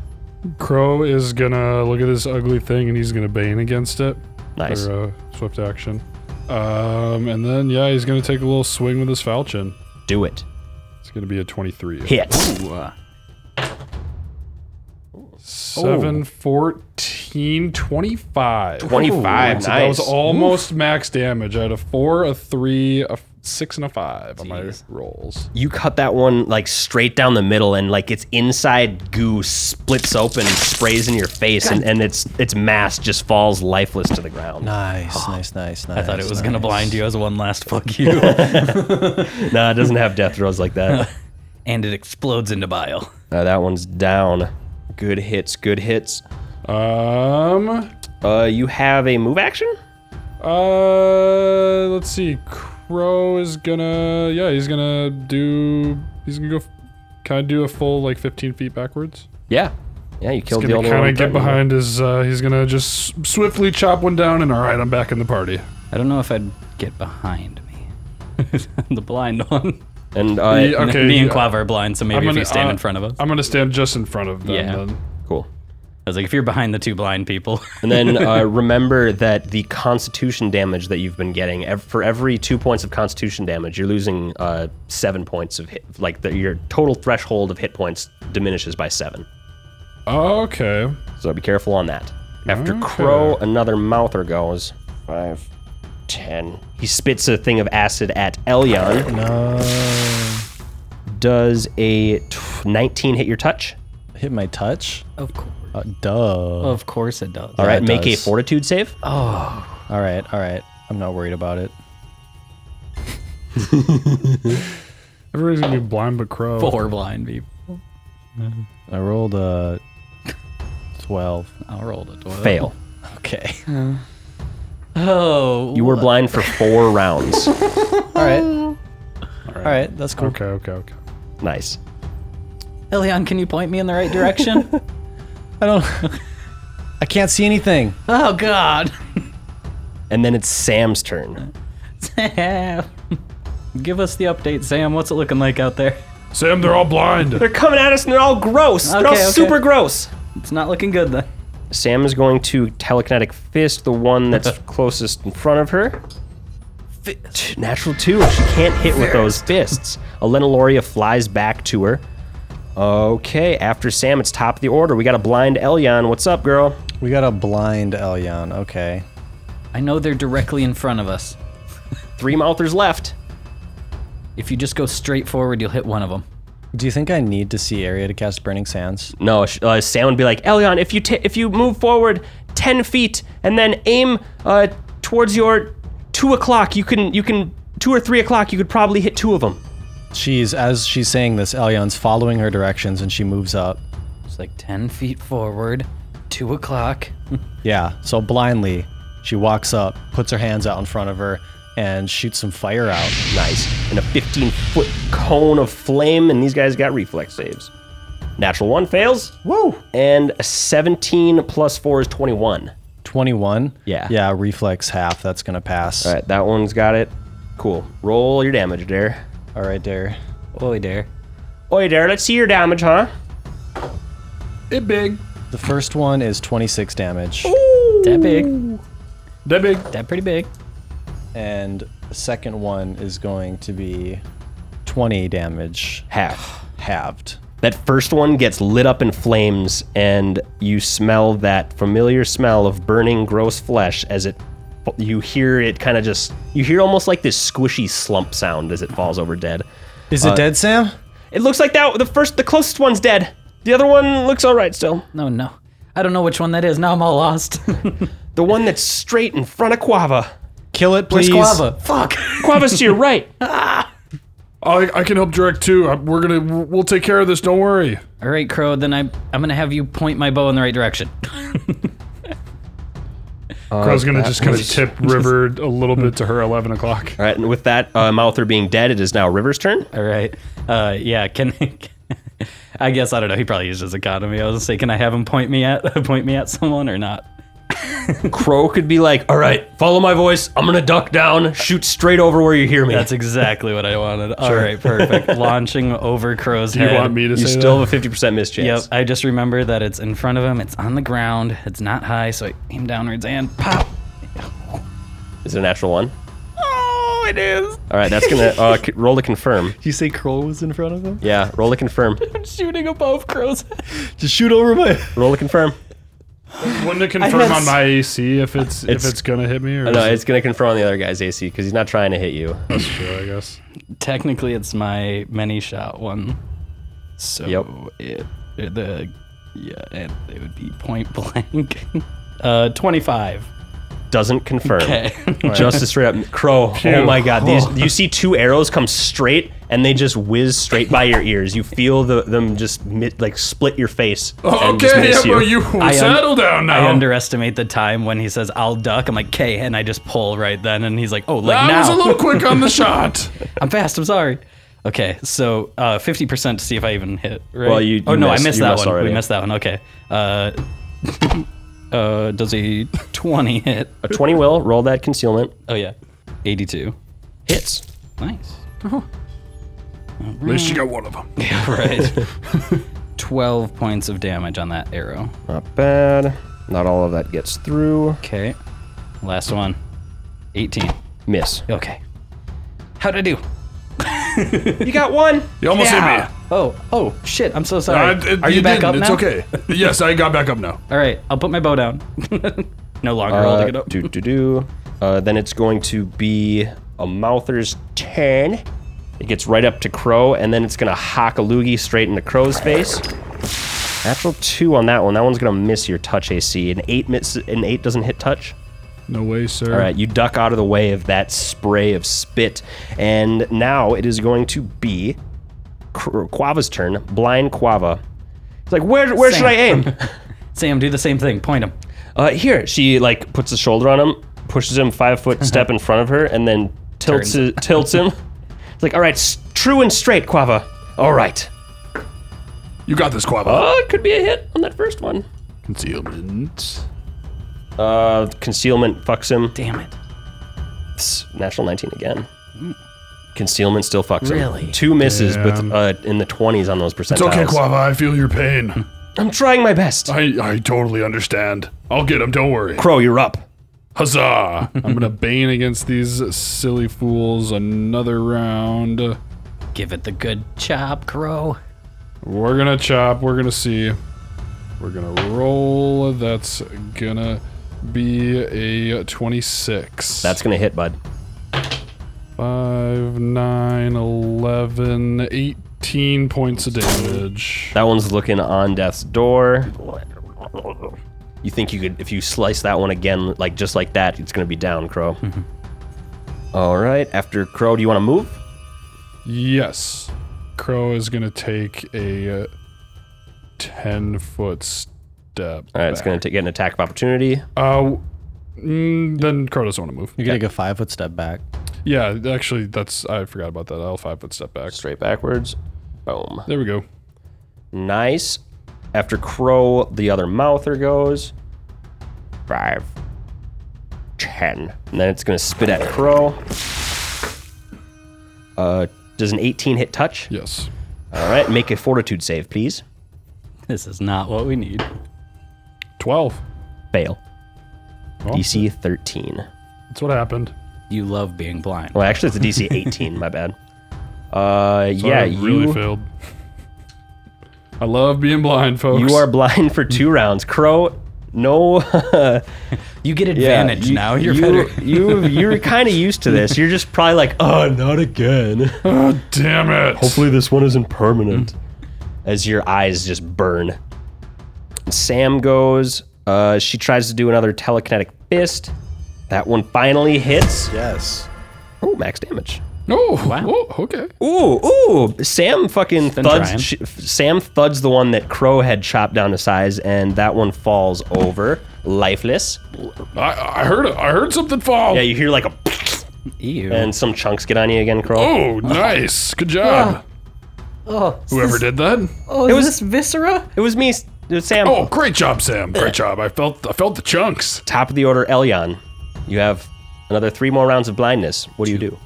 Crow is gonna look at this ugly thing and he's gonna bane against it.
Nice.
For, uh, swift action. Um, and then yeah, he's gonna take a little swing with his falchion.
Do it.
It's gonna be a twenty-three.
Hit.
Seven,
Oh.
14, 25.
25,
So that was
nice.
almost max damage. I had a four, a three, a f- six, and a five on my
Jeez.
rolls.
you cut that one like straight down the middle and like its inside goo splits open sprays in your face and, and its its mass just falls lifeless to the ground
Nice, nice, nice, nice.
I thought it was gonna blind you as one last fuck you,
nah it doesn't have death throws like that
and it explodes into bile.
Uh, that one's down good hits good hits
Um,
uh you have a move action
uh, let's see. Crow is gonna, yeah, he's gonna do, he's gonna go, f- can I do a full like 15 feet backwards?
Yeah. Yeah, you killed
He's
the
gonna
only one.
kind
in
of get
front of you.
behind his, uh, he's gonna just s- swiftly chop one down and all right, I'm back in the party.
I don't know if I'd get behind me. the blind one.
And uh,
Yeah, okay.
me and
yeah.
Clav are blind, so maybe if you stand
uh,
in front of us.
I'm gonna stand just in front of them.
Yeah.
Then.
cool.
I was like, if you're behind the two blind people,
And then uh, remember that the constitution damage that you've been getting ev- for every two points of constitution damage, you're losing uh, seven points of hit. Like the, your total threshold of hit points diminishes by seven.
Oh, Okay.
So be careful on that. After Crow, another mouther goes. Five, ten. He spits a thing of acid at Elyon. Does a tw- 19 hit your touch?
Hit my touch?
of course,
Uh, duh.
of course it does.
All right,
it
make a
does.
fortitude save.
All right, all right. I'm not worried about it.
Everybody's gonna be blind but Crow.
Four blind people.
I rolled a 12.
I'll roll a twelve.
Fail.
Okay.
Oh,
You were blind for four rounds.
All right. All right, that's cool.
Okay, okay, okay.
Nice.
Elion, can you point me in the right direction?
I don't I can't see anything.
oh God.
And then it's Sam's turn.
Sam. Give us the update, Sam. What's it looking like out there?
Sam, they're all blind.
They're coming at us and they're all gross. they're all
Okay, okay.
super gross.
It's not looking good then.
Sam is going to telekinetic fist the one that's closest in front of her. Fist. Natural two. She can't hit with those fists. Elena Loria flies back to her. Okay, after Sam, it's top of the order. We got a blind Elyon. What's up, girl?
We got a blind Elyon. Okay.
I know they're directly in front of us.
Three mouthers left.
If you just go straight forward, you'll hit one of them.
Do you think I need to see area to cast Burning Sands?
No, sh- uh, Sam would be like, Elyon, if you t- if you move forward ten feet and then aim uh, towards your two o'clock, you can you can two or three o'clock, you could probably hit two of them.
She's as she's saying this, Elyon's following her directions and she moves up.
It's like ten feet forward, two o'clock.
Yeah. So blindly, she walks up, puts her hands out in front of her, and shoots some fire out.
Nice. And a 15 foot cone of flame, and these guys got reflex saves. Natural one fails. Woo! And a 17 plus four is 21.
21.
Yeah.
Yeah, reflex half. That's going to pass.
All right, that one's got it. Cool. Roll your damage, Dare.
All right, there.
Holy dare.
Oi, Dare, let's see your damage, huh?
It big.
The first one is 26 damage.
That big.
That big.
That pretty big.
And the second one is going to be 20 damage
Half.
halved.
That first one gets lit up in flames, and you smell that familiar smell of burning, gross flesh as it. You hear it kind of just. You hear almost like this squishy slump sound as it falls over dead.
Is it
Uh,
dead, Sam?
It looks like that the first the closest one's dead. The other one looks all right still.
No, no. I don't know which one that is. Now I'm all lost.
The one that's straight in front of Quava.
Kill it, please.
Squava. Fuck.
Quava's to your right.
I, I can help direct too. I, we're gonna we'll take care of this. Don't worry.
All right, Crow. Then I I'm gonna have you point my bow in the right direction.
Crow's gonna just kind of tip River a little bit to her eleven o'clock.
All right, and with that uh, mouther being dead, it is now River's turn.
All right. Uh, yeah. Can I guess I don't know. He probably uses economy. I was gonna say, can I have him point me at point me at someone or not?
Crow could be like, "All right, follow my voice. I'm gonna duck down, shoot straight over where you hear me."
That's exactly what I wanted. All right, perfect. Launching over Crow's
You
head.
want me to
you
say
still
that?
have a fifty percent miss
Yep.
chance.
I just remember that it's in front of him. It's on the ground. It's not high, so I aim downwards and pop.
Is it a natural one?
Oh, it is.
All right, that's gonna uh, c- roll to confirm.
Did you say Kroll was in front of him?
Yeah, roll to confirm.
I'm shooting above Crow's head.
Just shoot over my.
Roll to confirm.
Wouldn't it confirm on my AC if it's,
It's-
if it's gonna hit me or
No,
is
it's gonna confirm on the other guy's AC because he's not trying to hit you.
it true, I guess.
Technically, it's my many shot one. So
Yep.
it, it- the yeah, and it would be point blank. uh, twenty five.
Doesn't confirm.
Okay.
Just a straight up crow. Oh my god! These you see two arrows come straight, and and they just whiz straight by your ears. You feel the, them just mid, like split your face.
Oh,
and just
okay,
miss
yeah, well, you
un-
settle down now.
I underestimate the time when he says, I'll duck. I'm like, K, and I just pull right then. And he's like, oh, like
I
now.
was a little quick on the shot.
I'm fast. I'm sorry. Okay, so uh, 50% to see if I even hit, right?
Well, you- you
oh, no,
missed-
I missed
you
that
missed
one.
already.
We missed that one. Okay. Uh, uh, does a 20 hit?
A twenty will roll that concealment
Oh, yeah. 82.
hits.
Nice.
At least you got one of them.
Yeah, right. 12 points of damage on that arrow.
Not bad. Not all of that gets through.
Okay. Last one. 18.
Miss.
Okay. How'd I do?
You got one.
You almost hit
Yeah.
me.
Oh, oh, shit. I'm so
I-
sorry.
it-
Are you, back
didn't. It's
up now?
okay. Yes, I got back up now.
All right, I'll put my bow down. no longer
Uh,
holding it up.
do do do. Uh, then it's going to be a mouther's turn. It gets right up to Crow, and then it's gonna hock a loogie straight into Crow's face. Natural two on that one. That one's gonna miss your touch AC. An eight miss. An eight doesn't hit touch.
No way, sir.
All right, you duck out of the way of that spray of spit, and now it is going to be Qu- Quava's turn. Blind Quava. It's like where where should I aim?
Sam, do the same thing. Point him.
uh, here she like puts a shoulder on him pushes him five foot step in front of her and then tilts
Turns.
it, tilts him it's like all right s- true and straight quava all right
You got this, Quava.
oh it could be a hit on that first one
Concealment.
uh concealment fucks him
Damn it.
Pss, natural 19 again concealment still fucks him
Really?
two misses
Damn.
with uh in the 20s on those percentiles
It's okay, Quava. I feel your pain.
i'm trying my best
I, I totally understand. I'll get him. Don't worry.
crow you're up
Huzzah! I'm gonna bane against these silly fools another round.
Give it the good chop, crow.
We're gonna chop. We're gonna see. We're gonna roll. That's gonna be a 26.
that's gonna hit bud
5, 9, 11, 18 points of damage.
that one's looking on death's door you think you could if you slice that one again like just like that it's gonna be down crow All right after crow do you want to move
Yes. Crow is gonna take a 10 foot step.
all right it's gonna ta- get an attack of opportunity
Uh, mm, then Crow doesn't want to move.
You're gonna go five foot step back.
Yeah, actually, that's I forgot about that. I'll five foot step back.
straight backwards boom
There we go.
nice after crow the other mouther goes five ten and then it's gonna spit at crow uh does an 18 hit touch
Yes.
all right make a fortitude save please
This is not what we need.
Twelve.
fail
Oh,
dc 13
That's what happened.
You love being blind.
Well, actually, it's a DC 18. my bad. Uh,
So
yeah,
I really
you
failed. I love being blind, folks.
you are blind for two rounds. Crow, no. yeah,
You get advantage
you-
now. You're
you,
better.
you you're kind of used to this. You're just probably like, oh, not again.
Oh, damn it!
Hopefully, this one isn't permanent.
Mm-hmm.
As your eyes just burn. Sam goes. Uh, she tries to do another telekinetic fist. That one finally hits.
Yes.
Oh, max damage.
Oh, oh, okay.
Ooh, ooh! Sam fucking
trying.
thuds. Sh- Sam thuds the one that Crow had chopped down to size, and that one falls over, lifeless.
I, I heard I heard something fall.
Yeah, you hear like a
Ew.
and some chunks get on you again, Crow.
oh, nice. Good job.
oh,
Whoever did that.
oh, it was this viscera?
It was me, S- it was Sam.
Oh, great job, Sam.
Eh.
Great job. I felt I felt the chunks.
Top of the order, Elyon. You have another three more rounds of blindness. What do you do?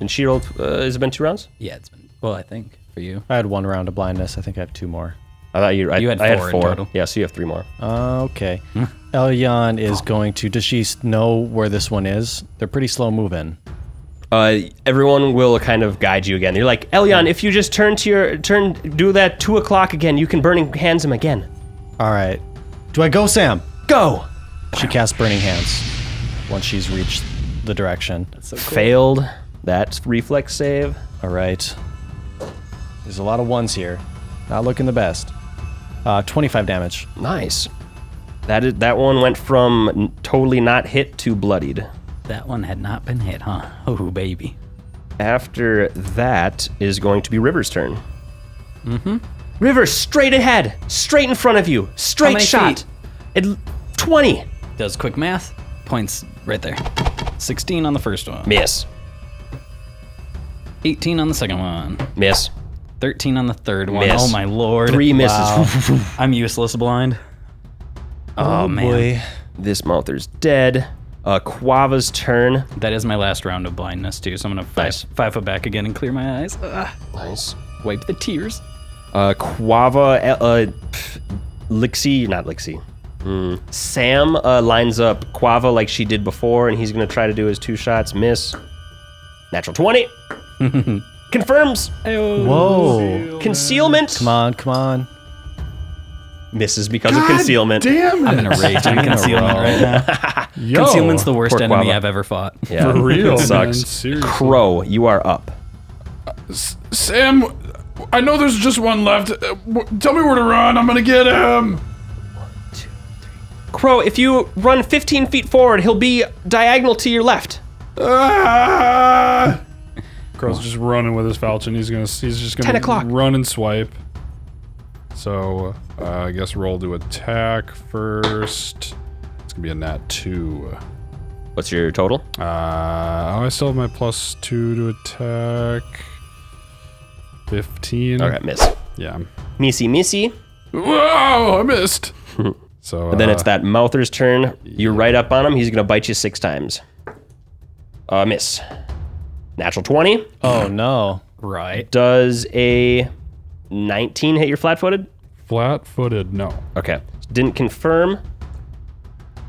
And she rolled. Uh, has it been two rounds?
Yeah, it's been. Well, I think for you.
I had one round of blindness. I think I have two more.
I thought you. I,
You had
I
four
had
in
four.
total.
Yeah, so you have three more.
Uh, okay. Elyon is going to. Does she s- know where this one is? They're pretty slow moving.
Uh, everyone will kind of guide you again. You're like Elyon. If you just turn to your turn, do that two o'clock again. You can burning hands him again.
All right. Do I go, Sam?
Go.
She casts Burning Hands once she's reached the direction.
Failed that reflex save.
All right. There's a lot of ones here. Not looking the best. Uh, 25 damage.
Nice. That is, that one went from n- totally not hit to bloodied.
That one had not been hit, huh? Oh, baby.
after that is going to be River's turn. Mm-hmm. River, straight ahead, straight in front of you, straight
many
shot. At l- twenty.
Does quick math. Points right there. 16 on the first one.
Miss,
18 on the second one.
miss.
13 on the third one.
Miss.
Oh my lord.
Three misses.
I'm useless blind. Oh, man.
This Mother's dead. Uh, Quava's turn.
That is my last round of blindness too, so I'm gonna five,
Nice.
five foot back again and clear my eyes. Ugh.
Nice.
Wipe the tears.
Uh, Quava, uh, uh, pff, Lixie, not Lixie. Mm. Sam uh, lines up Quava like she did before, and he's going to try to do his two shots. Miss. Natural 20. Confirms.
Whoa.
Concealment.
Come on, come on.
Misses because of concealment.
Damn it.
I'm gonna rage on concealment right now. Oh,
Yo,
Concealment's the worst
Poor
enemy
Quava.
I've ever fought.
Yeah.
For real. Man,
Sucks.
seriously.
Crow, you are up.
Sam, I know there's just one left. Uh, w- Tell me where to run. I'm gonna get him.
Crow, if you run 15 feet forward, he'll be diagonal to your left.
Ah! Crow's just running with his falchion. He's gonna. He's just gonna
10 o'clock.
run and swipe. So uh, I guess roll to attack first. It's gonna be a nat two.
What's your total?
Uh, oh, I still have my plus two to attack. Fifteen.
All right, miss.
Yeah.
Missy, Missy.
Whoa! I missed. so
Then
uh,
it's that Mouther's turn. You're right up on him. He's gonna bite you six times. Uh, miss. Natural twenty
Oh no.
Right.
does a nineteen hit your flat-footed?
flat-footed. No.
Okay, didn't confirm.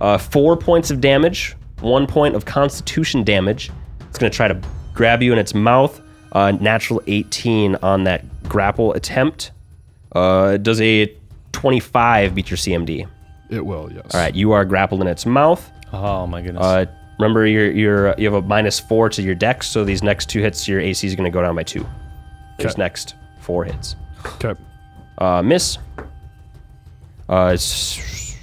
Uh, four points of damage. One point of Constitution damage. It's gonna try to grab you in its mouth. Uh, natural eighteen on that grapple attempt. Uh, does a twenty-five beat your CMD?
It will. Yes.
All right, you are grappled in its mouth.
Oh my goodness.
Uh, remember, you're, you're, uh, you have a minus four to your dex, so these next two hits, your AC is going to go down by two. These
Okay.
next four hits.
Okay.
Uh, miss. Uh, it's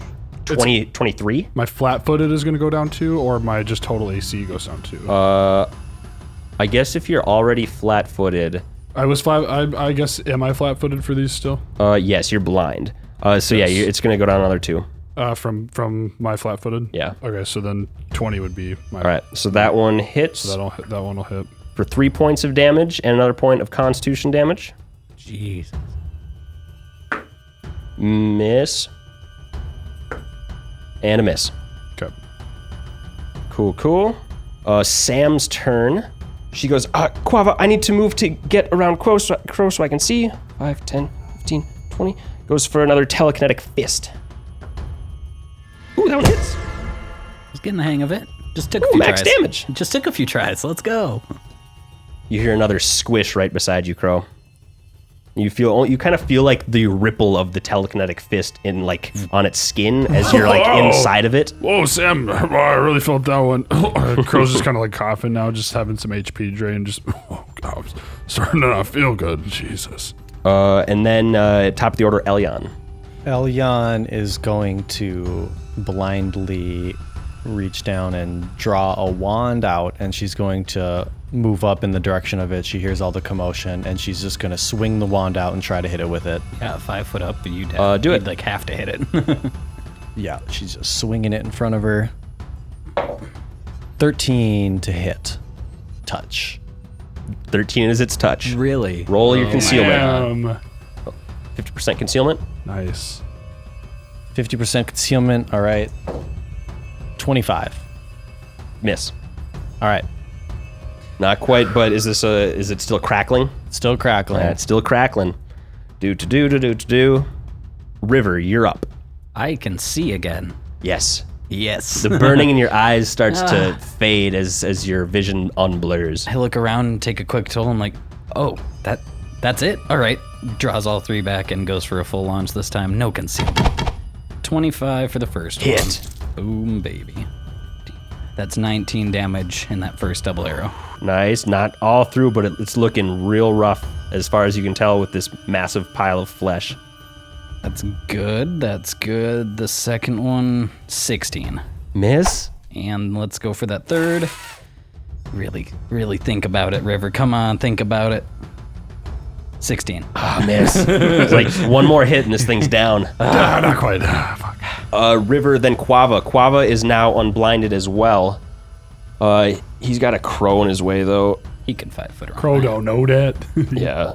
20, 23.
My flat-footed is gonna go down two, or my just total AC goes down two.
I guess if you're already flat footed,
I was flat. I, I guess am I flat-footed for these still?
uh, yes, you're blind. Uh, so yeah, you it's going to go down another two.
Uh, from from my flat-footed.
Yeah.
Okay, so then twenty would be my.
All right, so that one hits
That'll hit, that one will hit.
for three points of damage and another point of constitution damage.
Jeez.
Miss. And a miss.
Okay.
Cool, cool. Uh, Sam's turn. She goes, uh, Quava, I need to move to get around Crow so, Crow so I can see. 5, 10, 15, 20. Goes for another telekinetic fist. Ooh, that one hits.
He's getting the hang of it. Just took
Ooh,
a few
max
tries.
damage.
Just took a few tries. Let's go.
You hear another squish right beside you, Crow. You feel you kind of feel like the ripple of the telekinetic fist in like on its skin as you're like
Whoa.
inside of it.
Whoa, Sam! oh, I really felt that one. Uh, Crow's just kind of like coughing now, just having some HP drain. Just oh, God, I'm starting to not feel good. Jesus.
Uh, and then uh, top of the order, Elyon.
Elyon is going to blindly reach down and draw a wand out, and she's going to move up in the direction of it. She hears all the commotion, and she's just going to swing the wand out and try to hit it with it.
Yeah, five foot up. You
Uh, do it.
Like have to hit it.
Yeah, she's just swinging it in front of her. 13 to hit. Touch.
Thirteen is its touch.
really?
Roll
Oh,
your concealment.
Damn.
Fifty percent concealment.
Nice.
50% concealment. All right. 25.
Miss.
All right.
Not quite, but is this a? Is it still crackling?
Still crackling.
Yeah, it's still crackling. Do to do to do to do. River, you're up.
I can see again.
Yes. Ah.
Yes.
The burning in your eyes starts to fade as as your vision unblurs.
I look around and take a quick toll. I'm like, oh, that that's it. All right. Draws all three back and goes for a full launch this time. No concealment. 25 for the first
Hit.
one. Boom, baby. That's 19 damage in that first double arrow.
Nice. Not all through, but it, it's looking real rough as far as you can tell with this massive pile of flesh.
That's good. That's good. The second one, 16.
Miss.
And let's go for that third. Really, really think about it, River. Come on, think about it. 16.
Ah, miss. it's like one more hit and this thing's down.
Ah, not quite. Ah, fuck.
Uh, River, then Quava. Quava is now unblinded as well. Uh, he's got a crow in his way, though.
He can five foot around.
Crow don't know that.
Yeah.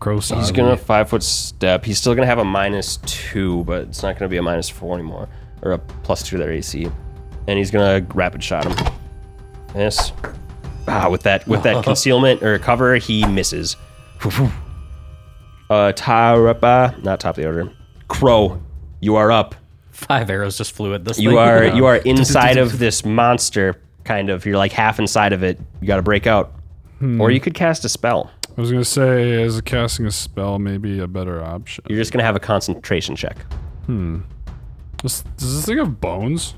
Crow
He's gonna five foot step. He's still gonna have a minus two, but it's not gonna be a minus four anymore, or a plus two to their AC. And he's gonna rapid shot him. Yes. Ah, with that with that concealment or cover, he misses. Uh, Tarapa, not top of the order. Crow, you are up.
Five arrows just flew at this
You
thing.
are you are inside of this monster. Kind of, you're like half inside of it. You got to break out, or you could cast a spell.
I was gonna say, is casting a spell maybe a better option?
You're just gonna have a concentration check.
Does, does this thing have bones?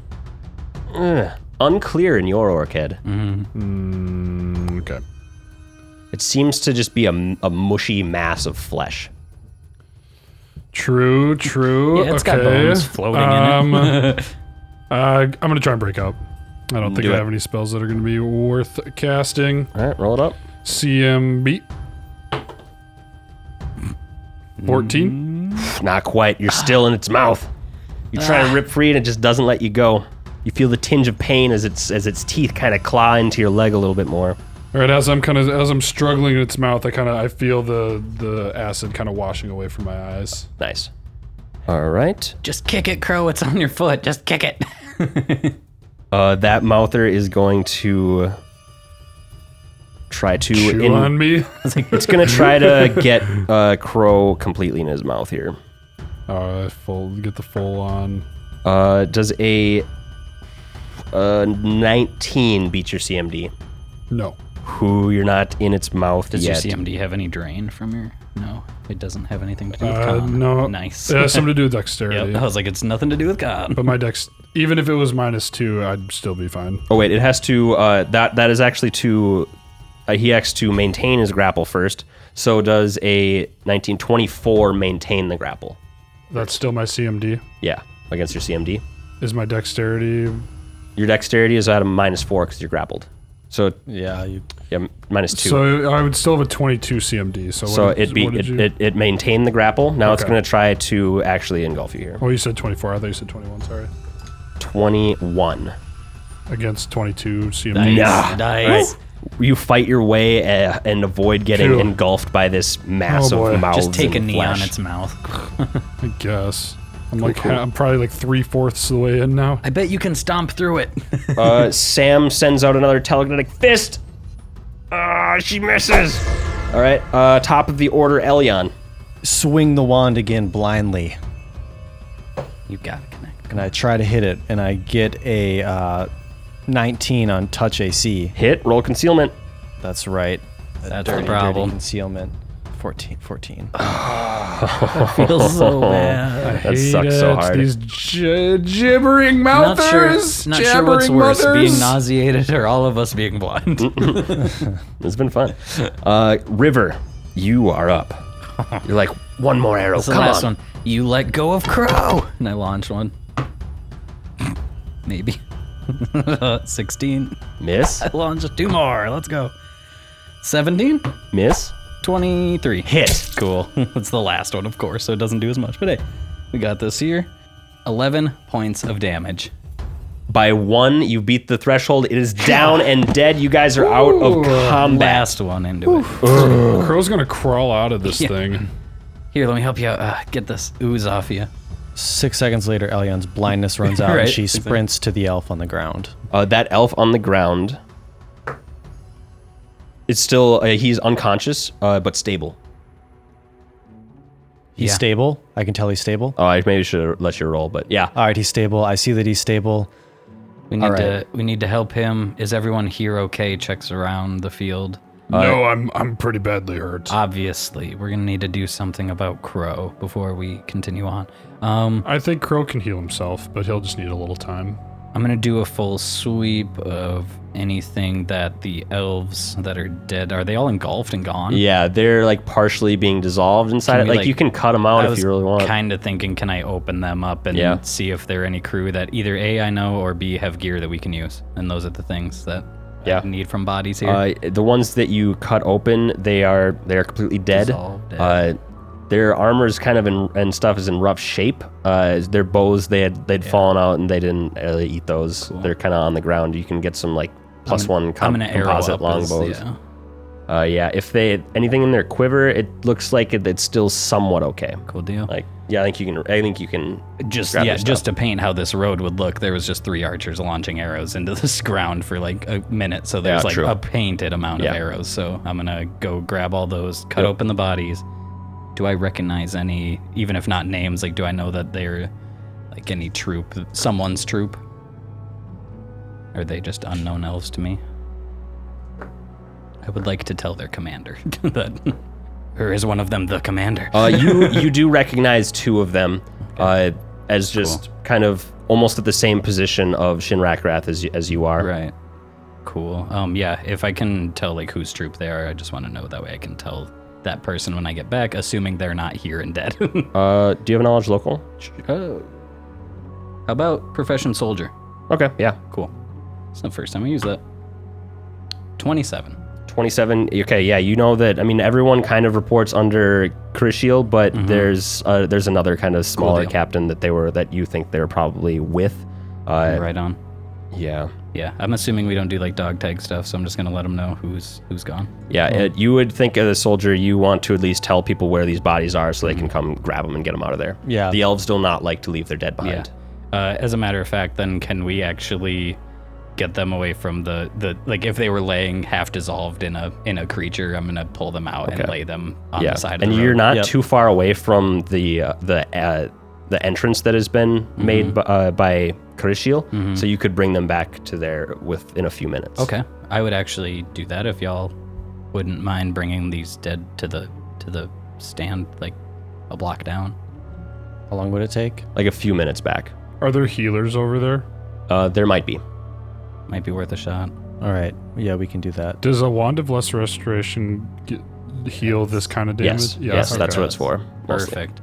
Ugh. Unclear in your orchid.
Mm, Okay.
It seems to just be a, a mushy mass of flesh.
True, true.
Yeah, it's
okay.
got bones floating in it.
um, uh, I'm gonna try and break out. I don't think
Mm, Do
I
it.
have any spells that are gonna be worth casting.
All right, roll it up.
CMB. 14.
Not quite. You're
Ah.
still in its mouth. You try to rip free, and it just doesn't let you go. You feel the tinge of pain as its as its teeth kind of claw into your leg a little bit more.
All right, as I'm kind of as I'm struggling in its mouth, I kind of I feel the the acid kind of washing away from my eyes.
Nice. All right.
Just kick it, Crow. It's on your foot. Just kick it.
Uh, that mouther is going to try to.
Chew
in-
on me.
it's going to try to get uh, Crow completely in his mouth here.
Oh, I full get the full on.
Uh, does a uh, 19 beat your CMD?
No.
Who you're not in its mouth
Does
yet?
your CMD have any drain from your? No, it doesn't have anything to do with
Uh,
con.
no.
Ah, nice.
It has something to do with
Yep,
dexterity.
I was like, it's nothing to do with con.
But my dex, even if it was minus two, I'd still be fine.
Oh wait, it has to. Uh, that that is actually to. Uh, he has to maintain his grapple first. So does a 1924 maintain the grapple?
That's still my CMD.
Yeah, against your CMD.
Is my dexterity?
Your dexterity is at a minus four because you're grappled. So
Yeah, you
yeah, m- minus two. So,
So I would still have a 22 CMD. So, what did,
it be
what did
it,
you,
it, it maintained the grapple. Now it's
Okay.
going to try to actually engulf you here.
Oh, you said 24. I thought you said 21. Sorry.
21.
Against 22 CMD.
Nice.
Ah.
Nah.
Nice.
You fight your way uh, and avoid getting
Two.
engulfed by this mass
Oh, boy.
of mouths.
Just take a
and
knee
flesh.
on its mouth.
I guess. I'm like
cool.
ha- I'm probably like three fourths of the way in now.
I bet you can stomp through it.
Uh, Sam sends out another telekinetic fist. Ah, she misses. All right, uh, top of the order, Elion.
swing the wand again blindly,
you gotta connect.
and I try to hit it, and I get a uh, 19 on touch AC.
Hit, roll concealment.
That's right. A
That's the problem.
concealment. 14, 14.
Feels so bad.
That sucks so hard.
These gi- gibbering
Not
mouthers.
sure. Not sure what's
jabbering
worse, being
mothers.
nauseated or all of us being blind.
It's been fun. Uh, River, you are up. You're like one more arrow.
It's the
Come
last
on.
one. You let go of Crow, and I launch one. Maybe. 16.
Miss,
Launch two more. Let's go. 17,
miss,
23.
hit.
Cool. it's the last one, of course, so it doesn't do as much. But hey, we got this here. 11 points of damage.
By one, you beat the threshold. It is down and dead. You guys are out of combat.
Last one into it.
Crow's gonna crawl out of this
Yeah.
thing.
Here, let me help you out. Uh, get this ooze off you.
Six seconds later, Elion's blindness runs out,
Right,
and she
exactly.
sprints to the elf on the ground.
Uh, that elf on the ground. It's still uh, he's unconscious, uh, but stable.
He's
Yeah.
stable. I can tell he's stable.
Oh, I maybe should let you roll, but yeah.
All right, he's stable. I see that he's stable.
We need
All
to
right.
we need to help him. Is everyone here okay? Checks around the field.
no, I'm I'm pretty badly hurt.
Obviously, we're gonna need to do something about Crow before we continue on. Um,
I think Crow can heal himself, but he'll just need a little time.
I'm gonna do a full sweep of anything that the elves that are dead are they all engulfed and gone?
Yeah, they're like partially being dissolved inside
Can
it.
we,
Like,
like-
you can cut them
I
out if
was
you really want.
kind of thinking, can I open them up and
Yeah.
see if there are any crew that either A I know or B have gear that we can use, and those are the things that
Yeah.
need from bodies here.
Uh, the ones that you cut open, they are they are completely dead.
Dissolved, dead.
Uh, their armor is kind of in and stuff is in rough shape. Uh, their bows they had they'd fallen out and they didn't uh, eat those. They're kind of on the ground. You can get some like plus one
I'm
com-
gonna arrow
composite
up as-
longbows.
yeah.
Uh, yeah, if they anything in their quiver, it looks like it, it's still somewhat okay.
Cool deal.
Like yeah, I think you can. I think you can.
just
grab
yeah,
their stuff.
just to paint how this road would look, there was just three archers launching arrows into this ground for like a minute. So there's
Yeah,
like
true.
a painted amount
Yeah.
of arrows. So I'm gonna go grab all those, cut
Yep.
open the bodies. Do I recognize any, even if not names? Like, do I know that they're like any troop, someone's troop? Are they just unknown elves to me? I would like to tell their commander that, or is one of them the commander?
Uh, you you do recognize two of them uh, as just kind of almost at the same position of Shin Rakrath as you, as you are.
Right. Cool. Um, yeah, if I can tell like whose troop they are, I just want to know that way I can tell that person when I get back, assuming they're not here and dead. How
Uh, do you have knowledge local?
about profession soldier?
Okay, yeah,
Cool. It's the first time I use that. Twenty-seven.
twenty-seven. Okay, yeah, you know that. I mean, everyone kind of reports under Crishiel, but there's uh, there's another kind of smaller
Mm-hmm. deal.
captain that they were that you think they're probably with. Uh,
right on.
Yeah,
Yeah, I'm assuming we don't do like dog tag stuff, so I'm just gonna let them know who's who's gone.
yeah. It, you would think as a soldier, you want to at least tell people where these bodies are
Mm-hmm.
so they can come grab them and get them out of there.
Yeah.
the elves do not like to leave their dead
Yeah.
behind.
Uh, as a matter of fact, then can we actually get them away from the, the like if they were laying half dissolved in a in a creature, I'm gonna pull them out and lay them on the side of
and
the
you're
road.
not
Yep.
too far away from the uh, the uh, the entrance that has been
Mm-hmm.
made by, uh, by Carishiel, so you could bring them back to there within a few minutes.
Okay, I would actually do that if y'all wouldn't mind bringing these dead to the to the stand like a block down.
How long would it take?
like a few minutes back.
Are there healers over there?
Uh, there might be.
Might be worth a shot.
All right. Yeah, we can do that.
Does a wand of lesser restoration get, heal this kind of damage?
Yes,
Yeah,
yes,
okay.
that's what it's for. mostly.
Perfect.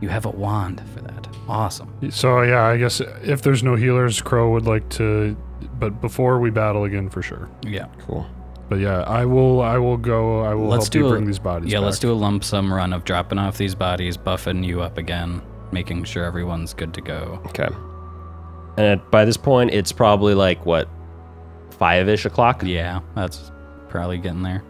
You have a wand for that. Awesome.
So yeah, I guess if there's no healers, Crow would like to, but before we battle again for sure.
Yeah.
Cool.
But yeah, I will. I will go. I will
let's
help
do
you
a,
bring these bodies.
Yeah, let's do a lump sum run of dropping off these bodies, buffing you up again, making sure everyone's good to go.
Okay. And at, by this point, it's probably like what five-ish o'clock.
Yeah, that's probably getting there.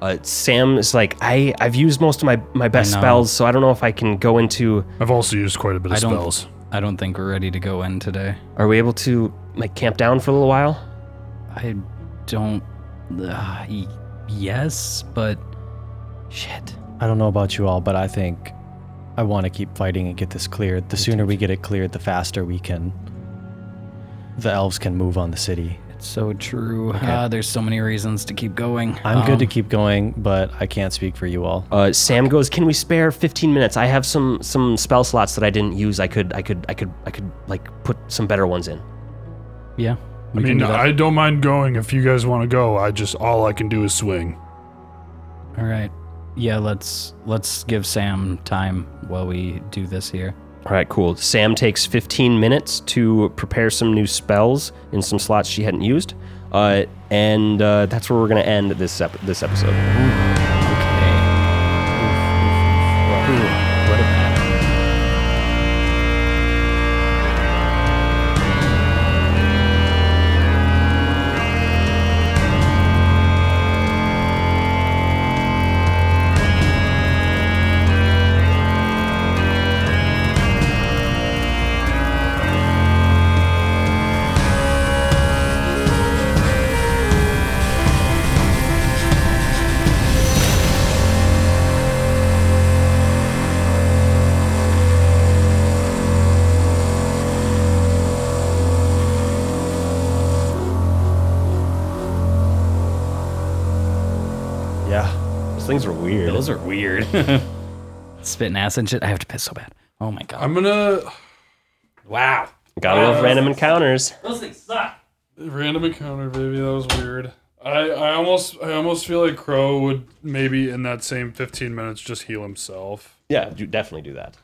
Uh, Sam is like, I I've used most of my my best
I know.
spells, so I don't know if I can go into.
I've also used quite a bit of
I don't-
spells.
I don't think we're ready to go in today.
Are we able to like camp down for a little while?
I don't. Uh, y- yes, but shit.
I don't know about you all, but I think I want to keep fighting and get this cleared. The sooner we get it cleared, the faster we can. The elves can move on the city.
It's so true. Ah, there's so many reasons to keep going.
I'm
Um,
good to keep going, but I can't speak for you all.
Uh, Sam goes, "Can we spare 15 minutes? I have some some spell slots that I didn't use. I could I could I could I could like put some better ones in."
Yeah.
I
we can
mean,
do that.
I don't mind going if you guys want to go. I just all I can do is swing.
All right. Yeah, let's let's give Sam time while we do this here.
All right, cool. Sam takes 15 minutes to prepare some new spells in some slots she hadn't used, uh, and uh, that's where we're gonna end this ep- this episode.
Okay. Ooh, what a battle.
Yeah.
Those things are weird.
Those are weird. Spitting ass and shit. I have to piss so bad. Oh my god.
I'm gonna
wow.
Gotta love random encounters.
Those things suck.
random encounter, baby. That was weird. I, I almost I almost feel like Crow would maybe in that same 15 minutes just heal himself.
Yeah, you definitely do that.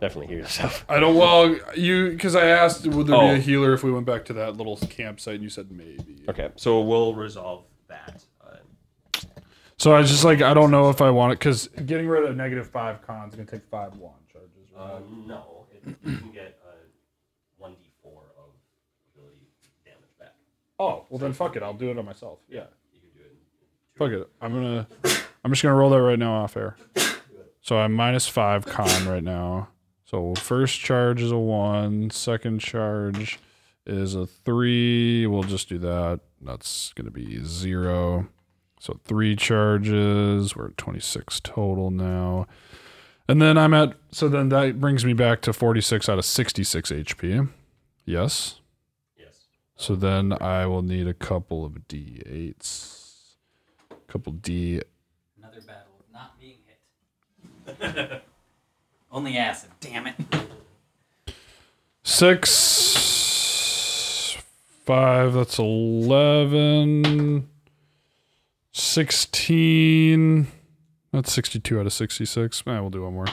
Definitely heal yourself.
I don't. Well, you because I asked would there
Oh.
be a healer if we went back to that little campsite, and you said maybe.
Okay, so we'll resolve that. Uh,
So I was just like I don't know if I want it because getting rid of negative five cons is gonna take five wand charges. Right?
Uh, no, it, you can get a 1d4 of ability damage back.
oh well, then fuck it. I'll do it on myself. Yeah. Fuck it. I'm gonna. I'm just gonna roll that right now off air. So I'm minus five con right now. So first charge is a one. Second charge is a three. We'll just do that. That's gonna be zero. So three charges. We're at 26 total now. And then I'm at. So then that brings me back to 46 out of 66 HP. Yes.
Yes.
So then I will need a couple of d8s. Couple d.
Another battle of not being hit. Only acid, damn it.
Six. Five. That's 11. 16. That's 62 out of 66. I we'll do one more.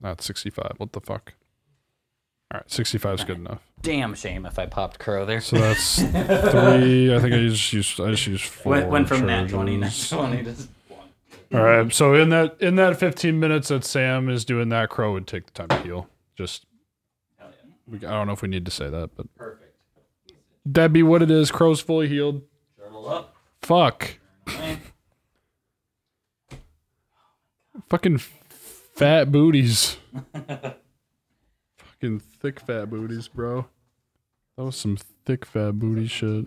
Not 65. What the fuck? All right. 65 is good enough.
Damn shame if I popped Crow there.
So that's three. I think I just used, I just used four.
Went, went from nat 20, nat
charges.
20 to just one.
All
Mm-hmm.
right. So in that in that 15 minutes that Sam is doing that, Crow would take the time to heal. Just
Hell yeah.
we, I don't know if we need to say that, but
Perfect.
that'd be what it is. Crow's fully healed.
Journal up.
Fuck. Fucking fat booties. Fucking thick fat booties, bro. That was some thick fat booty shit.